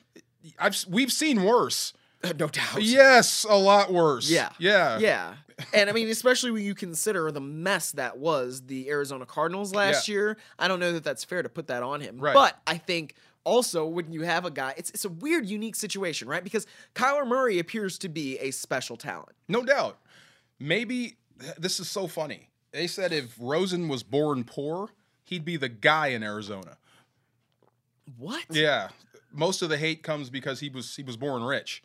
Speaker 2: I've s- we've seen worse.
Speaker 1: it- no doubt.
Speaker 2: Yes, a lot worse.
Speaker 1: Yeah.
Speaker 2: Yeah.
Speaker 1: Yeah. And I mean, especially when you consider the mess that was the Arizona Cardinals last year, I don't know that that's fair to put that on him.
Speaker 2: Right.
Speaker 1: But I think also when you have a guy, it's it's a weird, unique situation, right? Because Kyler Murray appears to be a special talent.
Speaker 2: No doubt. Maybe this is so funny. They said if Rosen was born poor, he'd be the guy in Arizona.
Speaker 1: What?
Speaker 2: Yeah. Most of the hate comes because he was he was born rich.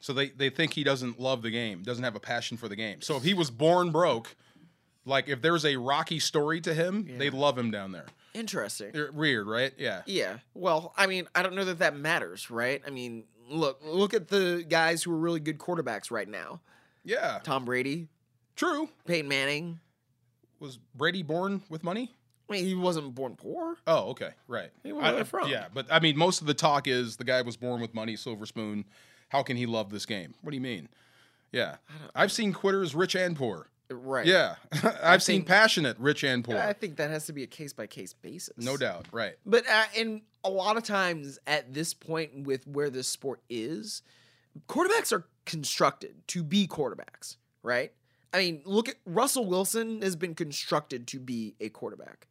Speaker 2: So they, they think he doesn't love the game, doesn't have a passion for the game. So if he was born broke, like if there's a rocky story to him, they love him down there.
Speaker 1: Interesting.
Speaker 2: They're Weird, right? Yeah.
Speaker 1: Yeah. Well, I mean, I don't know that that matters, right? I mean, look, look at the guys who are really good quarterbacks right now.
Speaker 2: Yeah.
Speaker 1: Tom Brady,
Speaker 2: True.
Speaker 1: Peyton Manning.
Speaker 2: Was Brady born with money?
Speaker 1: I mean, he wasn't born poor.
Speaker 2: Oh, okay, right.
Speaker 1: Hey, where are they from?
Speaker 2: Yeah, but I mean, most of the talk is the guy was born with money, silver spoon. How can he love this game? What do you mean? Yeah, I've seen quitters, rich and poor.
Speaker 1: Right.
Speaker 2: Yeah, I've seen
Speaker 1: think-
Speaker 2: passionate, rich and poor.
Speaker 1: I think that has to be a case by case basis.
Speaker 2: no doubt, right?
Speaker 1: But uh, and a lot of times at this point with where this sport is, quarterbacks are constructed to be quarterbacks, right? I mean, look at Russell Wilson has been constructed to be a quarterback.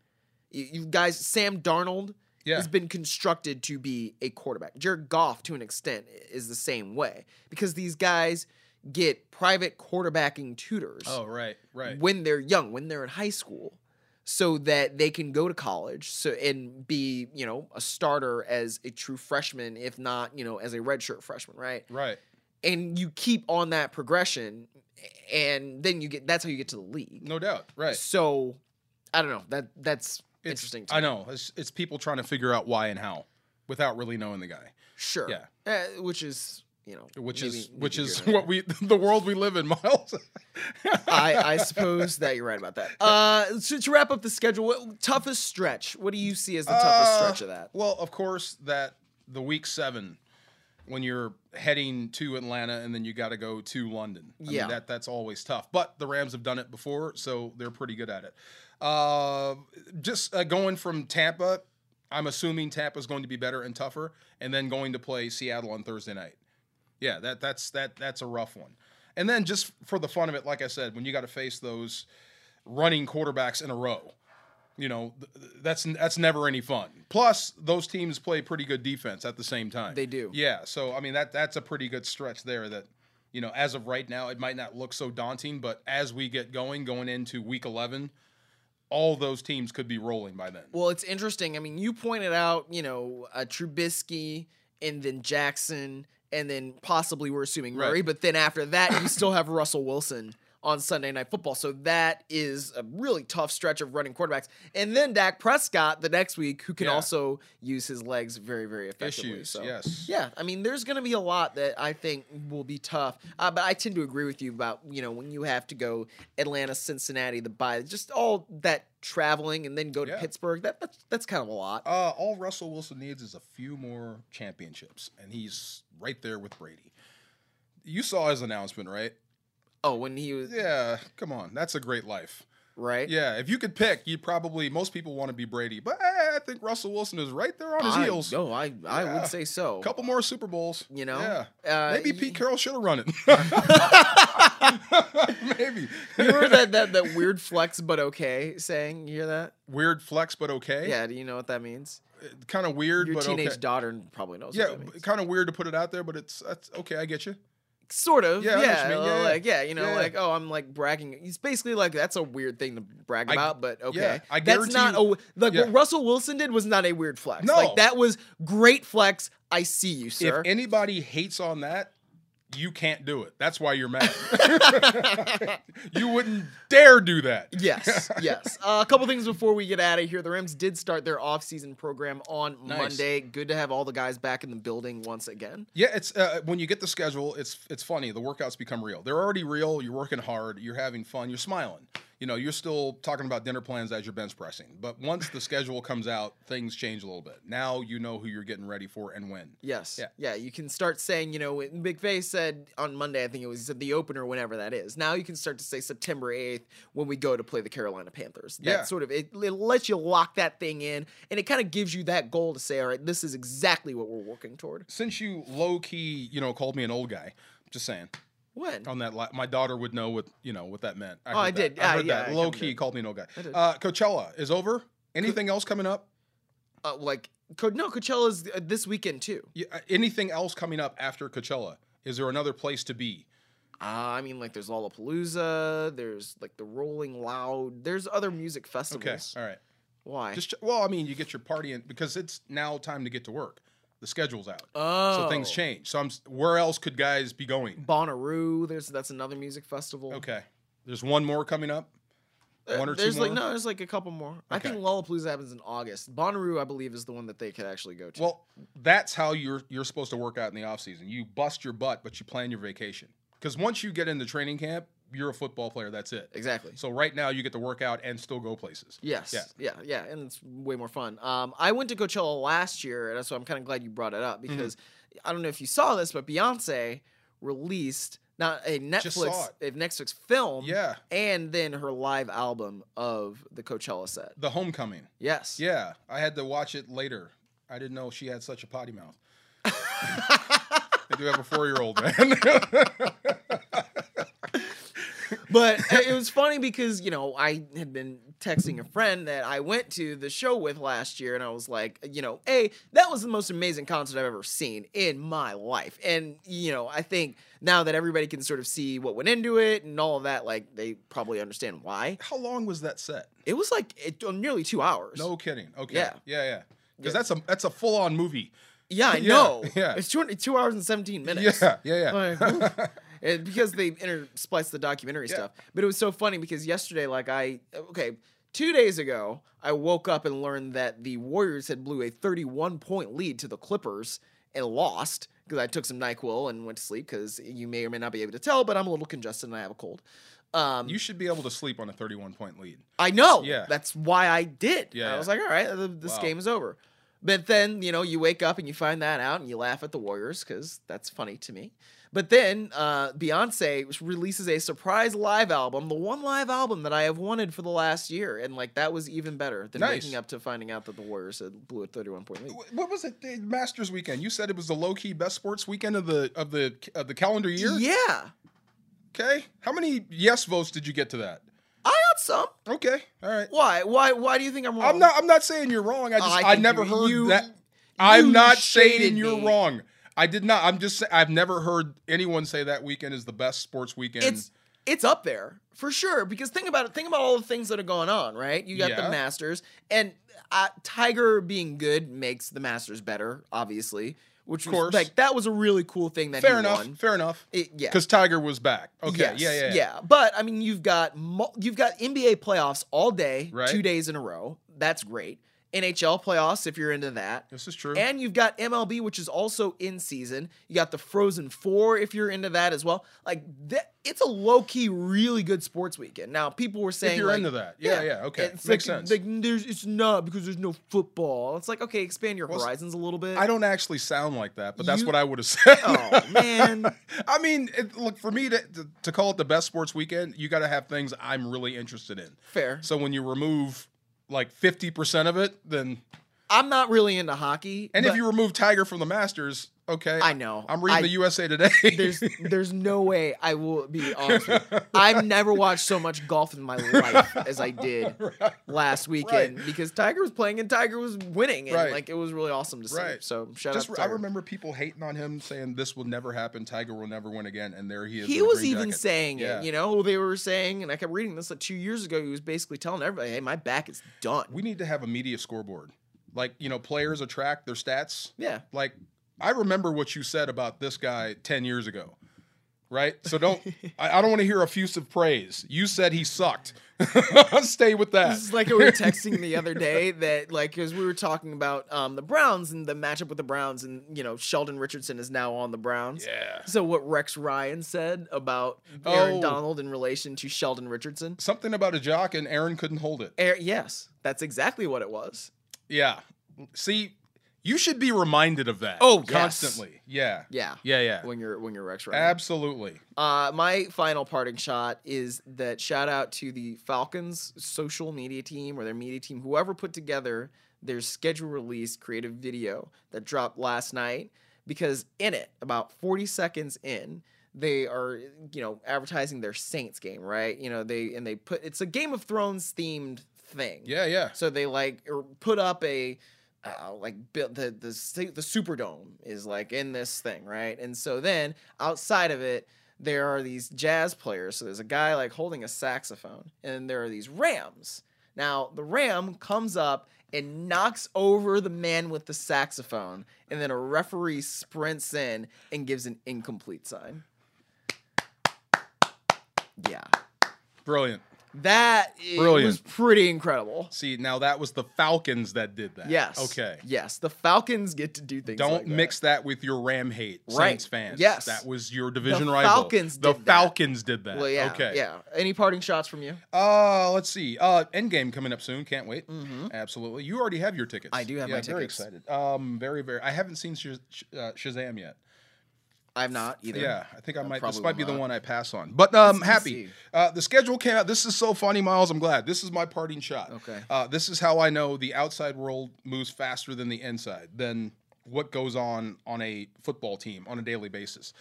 Speaker 1: You, you guys, Sam Darnold
Speaker 2: Yeah.
Speaker 1: has been constructed to be a quarterback. Jared Goff, to an extent, i- is the same way because these guys get private quarterbacking tutors
Speaker 2: Oh, right, right.
Speaker 1: when they're young, when they're in high school, so that they can go to college so and be, you know, a starter as a true freshman, if not, you know, as a redshirt freshman, right?
Speaker 2: Right.
Speaker 1: And you keep on that progression and then you get that's how you get to the league.
Speaker 2: No doubt, right.
Speaker 1: So I don't know. That that's
Speaker 2: It's-
Speaker 1: interesting to
Speaker 2: I know. It's, it's people trying to figure out why and how without really knowing the guy,
Speaker 1: sure.
Speaker 2: yeah.
Speaker 1: Uh, which is you know
Speaker 2: which is
Speaker 1: maybe-
Speaker 2: which
Speaker 1: maybe
Speaker 2: is
Speaker 1: you're
Speaker 2: what we the world we live in, Miles.
Speaker 1: I, I suppose that you're right about that. Uh, to, to wrap up the schedule, what, toughest stretch. What do you see as the toughest
Speaker 2: Uh,
Speaker 1: stretch of that?
Speaker 2: Well, of course, that the week seven when you're heading to Atlanta and then you got to go to London. I mean,
Speaker 1: Yeah.
Speaker 2: that that's always tough. But the Rams have done it before, so they're pretty good at it. Uh, just uh, going from Tampa, I'm assuming Tampa's going to be better and tougher, and then going to play Seattle on Thursday night. Yeah, that that's that that's a rough one. And then just for the fun of it, like I said, when you got to face those running quarterbacks in a row, you know th- th- that's that's never any fun. Plus, those teams play pretty good defense at the same time.
Speaker 1: They do.
Speaker 2: Yeah, so I mean that that's a pretty good stretch there. That you know, as of right now, it might not look so daunting, but as we get going, going into week eleven, all those teams could be rolling by then.
Speaker 1: Well, it's interesting. I mean, you pointed out, you know, uh, Trubisky and then Jackson, and then possibly we're assuming Murray.
Speaker 2: Right.
Speaker 1: But then after that, you still have Russell Wilson on Sunday Night Football. So that is a really tough stretch of running quarterbacks. And then Dak Prescott the next week, who can
Speaker 2: Yeah.
Speaker 1: also use his legs very, very effectively.
Speaker 2: Issues,
Speaker 1: so.
Speaker 2: yes.
Speaker 1: Yeah, I mean, there's going to be a lot that I think will be tough, uh, but I tend to agree with you about you know when you have to go Atlanta, Cincinnati, the bye, just all that traveling, and then go to
Speaker 2: Yeah.
Speaker 1: Pittsburgh. That that's, that's kind of a lot.
Speaker 2: Uh, all Russell Wilson needs is a few more championships, and he's right there with Brady. You saw his announcement, right?
Speaker 1: Oh, when he was
Speaker 2: Yeah, come on, that's a great life.
Speaker 1: right?
Speaker 2: Yeah, if you could pick, you probably most people want to be Brady, but eh, I think Russell Wilson is right there on his
Speaker 1: I,
Speaker 2: heels.
Speaker 1: No, I, I
Speaker 2: Yeah.
Speaker 1: would say so.
Speaker 2: couple more Super Bowls.
Speaker 1: You know?
Speaker 2: yeah.
Speaker 1: Uh,
Speaker 2: Maybe
Speaker 1: y-
Speaker 2: Pete Carroll should have run it. Maybe
Speaker 1: you remember that, that that weird flex but okay saying? You hear that?
Speaker 2: weird flex, but okay.
Speaker 1: Yeah. Do you know what that means?
Speaker 2: kind of weird,
Speaker 1: Your
Speaker 2: but
Speaker 1: teenage
Speaker 2: okay.
Speaker 1: daughter probably knows.
Speaker 2: Yeah,
Speaker 1: What that means.
Speaker 2: kind of weird to put it out there, but it's that's okay. I get you.
Speaker 1: Sort of.
Speaker 2: Yeah,
Speaker 1: Yeah.
Speaker 2: I know what you mean. Yeah, yeah.
Speaker 1: Like yeah, you know,
Speaker 2: Yeah.
Speaker 1: like oh, I'm like bragging. It's basically like that's a weird thing to brag
Speaker 2: I-
Speaker 1: about, but okay.
Speaker 2: I
Speaker 1: that's not
Speaker 2: guarantee
Speaker 1: a like
Speaker 2: Yeah.
Speaker 1: what Russell Wilson did was not a weird flex.
Speaker 2: No.
Speaker 1: Like that was great flex. I see you, sir.
Speaker 2: If anybody hates on that, you can't do it. That's why you're mad. you wouldn't dare do that.
Speaker 1: Yes, yes. Uh, a couple things before we get out of here. The Rams did start their offseason program on
Speaker 2: Nice.
Speaker 1: Monday. Good to have all the guys back in the building once again.
Speaker 2: Yeah, it's uh, when you get the schedule, it's it's funny. The workouts become real. They're already real. You're working hard. You're having fun. You're smiling. You know, you're still talking about dinner plans as you're bench pressing. But once the schedule comes out, things change a little bit. Now you know who you're getting ready for and when.
Speaker 1: Yes.
Speaker 2: Yeah.
Speaker 1: Yeah. You can start saying, you know, when McVay said on Monday, I think it was, he said the opener, whenever that is. Now you can start to say September 8th when we go to play the Carolina Panthers. That
Speaker 2: Yeah.
Speaker 1: sort of, it, it lets you lock that thing in and it kind of gives you that goal to say, all right, this is exactly what we're working toward.
Speaker 2: Since you low key, you know, called me an old guy. Just saying.
Speaker 1: When?
Speaker 2: on that. Li- my daughter would know what you know what that meant. I
Speaker 1: Oh, I
Speaker 2: heard
Speaker 1: did.
Speaker 2: That. I
Speaker 1: Ah,
Speaker 2: heard
Speaker 1: yeah,
Speaker 2: that.
Speaker 1: I
Speaker 2: Low
Speaker 1: kinda
Speaker 2: key
Speaker 1: did.
Speaker 2: called me an old guy.
Speaker 1: I did.
Speaker 2: Uh, Coachella is over. Anything else coming up?
Speaker 1: Uh, like, Co- no, Coachella's uh, this weekend too.
Speaker 2: Yeah, uh, anything else coming up after Coachella? Is there another place to be?
Speaker 1: Uh, I mean, like there's Lollapalooza, there's like the Rolling Loud, there's other music
Speaker 2: Okay,
Speaker 1: festivals.
Speaker 2: all right.
Speaker 1: Why?
Speaker 2: Just ch- well, I mean, you get your party in because it's now time to get to work. The schedule's out,
Speaker 1: oh,
Speaker 2: so things change. So I'm s- where else could guys be going?
Speaker 1: Bonnaroo, there's that's another music festival.
Speaker 2: Okay, there's one more coming up.
Speaker 1: Uh,
Speaker 2: one or two
Speaker 1: there's like
Speaker 2: more?
Speaker 1: no, there's like a couple more. I
Speaker 2: Okay.
Speaker 1: think Lollapalooza happens in August. Bonnaroo, I believe, is the one that they could actually go to.
Speaker 2: Well, that's how you're you're supposed to work out in the off season. You bust your butt, but you plan your vacation. Because once you get into training camp, you're a football player. That's it.
Speaker 1: exactly.
Speaker 2: So right now you get to work out and still go places.
Speaker 1: Yes.
Speaker 2: Yeah.
Speaker 1: Yeah. yeah. And it's way more fun. Um, I went to Coachella last year, and so I'm kind of glad you brought it up
Speaker 2: Mm-hmm.
Speaker 1: because I don't know if you saw this, but Beyonce released not a Netflix,
Speaker 2: saw
Speaker 1: a Netflix film.
Speaker 2: Yeah,
Speaker 1: and then her live album of the Coachella set.
Speaker 2: the homecoming.
Speaker 1: Yes.
Speaker 2: Yeah, I had to watch it later. I didn't know she had such a potty mouth. I do have a four year old man.
Speaker 1: But it was funny because, you know, I had been texting a friend that I went to the show with last year and I was like, you know, hey, that was the most amazing concert I've ever seen in my life. And, you know, I think now that everybody can sort of see what went into it and all of that, like they probably understand why.
Speaker 2: How long was that set?
Speaker 1: It was like it, uh, nearly two hours.
Speaker 2: No kidding. Okay.
Speaker 1: Yeah.
Speaker 2: Yeah. Yeah.
Speaker 1: Yeah.
Speaker 2: Because that's a that's a full on movie.
Speaker 1: Yeah, I
Speaker 2: Yeah,
Speaker 1: know.
Speaker 2: yeah.
Speaker 1: It's two, two hours and 17 minutes.
Speaker 2: Yeah. Yeah.
Speaker 1: Like,
Speaker 2: Yeah.
Speaker 1: oof. And because they interspliced the documentary
Speaker 2: Yeah.
Speaker 1: stuff. But it was so funny because yesterday, like I okay, two days ago, I woke up and learned that the Warriors had blew a 31 point lead to the Clippers and lost because I took some Nyquil and went to sleep because you may or may not be able to tell, but I'm a little congested and I have a cold. Um,
Speaker 2: you should be able to sleep on a thirty one point lead.
Speaker 1: I know.
Speaker 2: Yeah.
Speaker 1: That's why I did.
Speaker 2: Yeah,
Speaker 1: I was like, all right, th- this
Speaker 2: Wow.
Speaker 1: game is over. But then, you know, you wake up and you find that out and you laugh at the Warriors because that's funny to me. But then uh, Beyonce releases a surprise live album, the one live album that I have wanted for the last year. And like that was even better than
Speaker 2: Nice.
Speaker 1: waking up to finding out that the Warriors had blew a 31 point lead.
Speaker 2: Wh- What was it? The Masters weekend. You said it was the low key best sports weekend of the of the of the calendar year.
Speaker 1: Yeah.
Speaker 2: Okay. How many yes votes did you get to that?
Speaker 1: I got some.
Speaker 2: Okay. All right.
Speaker 1: Why? Why why do you think I'm wrong?
Speaker 2: I'm not. I'm not saying you're wrong. I just. I,
Speaker 1: think
Speaker 2: never
Speaker 1: you-
Speaker 2: heard
Speaker 1: you-
Speaker 2: that. I'm
Speaker 1: you
Speaker 2: not saying
Speaker 1: shaded
Speaker 2: you're
Speaker 1: me.
Speaker 2: wrong. I did not. I'm just. sa- I've never heard anyone say that weekend is the best sports weekend.
Speaker 1: it's it's up there for sure because think about it think about all the things that are going on right you got
Speaker 2: Yeah.
Speaker 1: the masters and uh, tiger being good makes the masters better obviously which
Speaker 2: Of
Speaker 1: was,
Speaker 2: course.
Speaker 1: like that was a really cool thing that
Speaker 2: fair
Speaker 1: he
Speaker 2: enough.
Speaker 1: won
Speaker 2: Fair enough.
Speaker 1: It- yeah
Speaker 2: Because Tiger was back. Okay.
Speaker 1: Yes,
Speaker 2: Yeah. Yeah.
Speaker 1: But I mean, you've got mul- you've got NBA playoffs all day,
Speaker 2: Right.
Speaker 1: two days in a row. That's great. NHL playoffs if you're into that.
Speaker 2: This is true.
Speaker 1: And you've got MLB, which is also in season. You got the Frozen Four, if you're into that as well. Like that, it's a low key, really good sports weekend. Now, people were saying
Speaker 2: you're
Speaker 1: like,
Speaker 2: into that. Yeah, yeah, okay.
Speaker 1: it's
Speaker 2: Makes
Speaker 1: like-
Speaker 2: sense.
Speaker 1: Like, there's, it's not because there's no football. It's like okay, expand your
Speaker 2: Well, s-
Speaker 1: horizons a little bit.
Speaker 2: I don't actually sound like that, but that's
Speaker 1: You-
Speaker 2: what I would have said.
Speaker 1: Oh man,
Speaker 2: I mean, it, look for me to, to to call it the best sports weekend, you got to have things I'm really interested in.
Speaker 1: fair.
Speaker 2: So when you remove like 50% of it, then
Speaker 1: I'm not really into hockey.
Speaker 2: and if
Speaker 1: but
Speaker 2: you remove Tiger from the Masters, okay.
Speaker 1: I know.
Speaker 2: I'm reading
Speaker 1: I-
Speaker 2: the USA Today.
Speaker 1: there's there's no way I will be honest. With you. I've never watched so much golf in my life as I did last weekend because Tiger was playing and Tiger was winning and
Speaker 2: Right.
Speaker 1: like it was really awesome to see.
Speaker 2: Right.
Speaker 1: So shout
Speaker 2: Just
Speaker 1: out. To
Speaker 2: I
Speaker 1: Tiger.
Speaker 2: remember people hating on him saying this will never happen, Tiger will never win again, and there he is.
Speaker 1: he
Speaker 2: in a
Speaker 1: was
Speaker 2: green
Speaker 1: even
Speaker 2: jacket.
Speaker 1: saying
Speaker 2: Yeah.
Speaker 1: it. You know they were saying, and I kept reading this like two years ago. He was basically telling everybody, "Hey, my back is done."
Speaker 2: we need to have a media scoreboard. Like, you know, players attract their stats.
Speaker 1: yeah.
Speaker 2: like I remember what you said about this guy 10 years ago. Right? So don't I, I don't want to hear effusive praise. You said he sucked. Stay with that.
Speaker 1: This is like we were texting the other day that like because we were talking about um the Browns and the matchup with the Browns and you know Sheldon Richardson is now on the Browns.
Speaker 2: yeah.
Speaker 1: So what Rex Ryan said about Aaron
Speaker 2: Oh.
Speaker 1: Donald in relation to Sheldon Richardson?
Speaker 2: Something about a jock and Aaron couldn't hold it.
Speaker 1: Air, yes, that's exactly what it was.
Speaker 2: Yeah. See, you should be reminded of that.
Speaker 1: Oh, yes.
Speaker 2: constantly. Yeah.
Speaker 1: Yeah.
Speaker 2: Yeah, yeah.
Speaker 1: When you're when you're Rex Ryan.
Speaker 2: Absolutely.
Speaker 1: Uh, my final parting shot is that shout out to the Falcons social media team or their media team, whoever put together their schedule release creative video that dropped last night. Because in it, about 40 seconds in, they are, you know, advertising their Saints game, right? You know, they and they put it's a Game of Thrones themed thing.
Speaker 2: Yeah, yeah.
Speaker 1: So they like er, put up a uh, like built the the su- the Superdome is like in this thing, right? And so then outside of it, there are these jazz players. So there's a guy like holding a saxophone, and there are these rams. Now the ram comes up and knocks over the man with the saxophone, and then a referee sprints in and gives an incomplete sign. Yeah,
Speaker 2: Brilliant.
Speaker 1: that i-
Speaker 2: Brilliant.
Speaker 1: was pretty incredible.
Speaker 2: See, now that was the Falcons that did that.
Speaker 1: Yes.
Speaker 2: Okay.
Speaker 1: Yes, the Falcons get to do things.
Speaker 2: Don't
Speaker 1: like that.
Speaker 2: mix that with your Ram hate,
Speaker 1: Right.
Speaker 2: Saints fans.
Speaker 1: Yes.
Speaker 2: that was your division
Speaker 1: The
Speaker 2: rival.
Speaker 1: Falcons
Speaker 2: The
Speaker 1: did that.
Speaker 2: Falcons did that.
Speaker 1: Well, yeah.
Speaker 2: Okay.
Speaker 1: Yeah. Any parting shots from you?
Speaker 2: Uh, let's see. Uh, Endgame coming up soon. Can't wait.
Speaker 1: Mm-hmm.
Speaker 2: Absolutely. You already have your tickets.
Speaker 1: I do have
Speaker 2: yeah,
Speaker 1: my
Speaker 2: Very
Speaker 1: tickets.
Speaker 2: excited. Um, very very. I haven't seen Shaz- Sh- uh, Shazam yet.
Speaker 1: I've not either.
Speaker 2: Yeah, I think I
Speaker 1: I
Speaker 2: might.
Speaker 1: uh, probably
Speaker 2: This might
Speaker 1: will
Speaker 2: be the
Speaker 1: not.
Speaker 2: one I pass on. But um,
Speaker 1: Let's
Speaker 2: happy.
Speaker 1: see.
Speaker 2: Uh, the schedule came out. This is so funny, Miles. I'm glad. This is my parting shot.
Speaker 1: Okay.
Speaker 2: Uh, this is how I know the outside world moves faster than the inside. Than what goes on on a football team on a daily basis.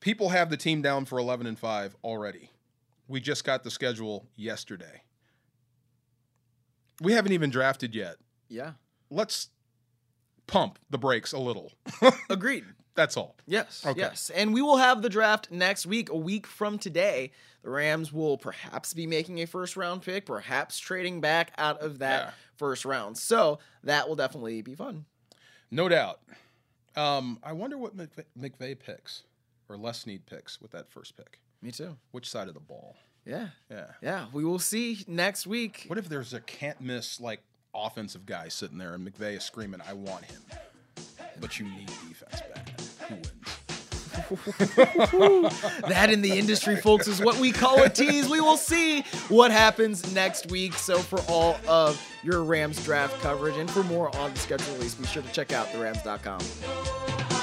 Speaker 2: People have the team down for 11 and five already. We just got the schedule yesterday. We haven't even drafted yet.
Speaker 1: Yeah.
Speaker 2: Let's pump the brakes a little.
Speaker 1: Agreed.
Speaker 2: That's all.
Speaker 1: Yes.
Speaker 2: Okay.
Speaker 1: Yes. And we will have the draft next week, a week from today. The Rams will perhaps be making a first round pick, perhaps trading back out of that
Speaker 2: Yeah.
Speaker 1: first round. So that will definitely be fun.
Speaker 2: No doubt. Um, I wonder what McVay, McVay picks or Les Need picks with that first pick.
Speaker 1: Me too.
Speaker 2: Which side of the ball?
Speaker 1: Yeah.
Speaker 2: Yeah.
Speaker 1: Yeah. We will see next week.
Speaker 2: What if there's a can't miss like offensive guy sitting there and McVay is screaming, "I want him," but you need defense back. Who wins?
Speaker 1: that in the industry, folks, is what we call a tease. We will see what happens next week. So, for all of your Rams draft coverage and for more on the schedule release, be sure to check out therams.com.
Speaker 3: I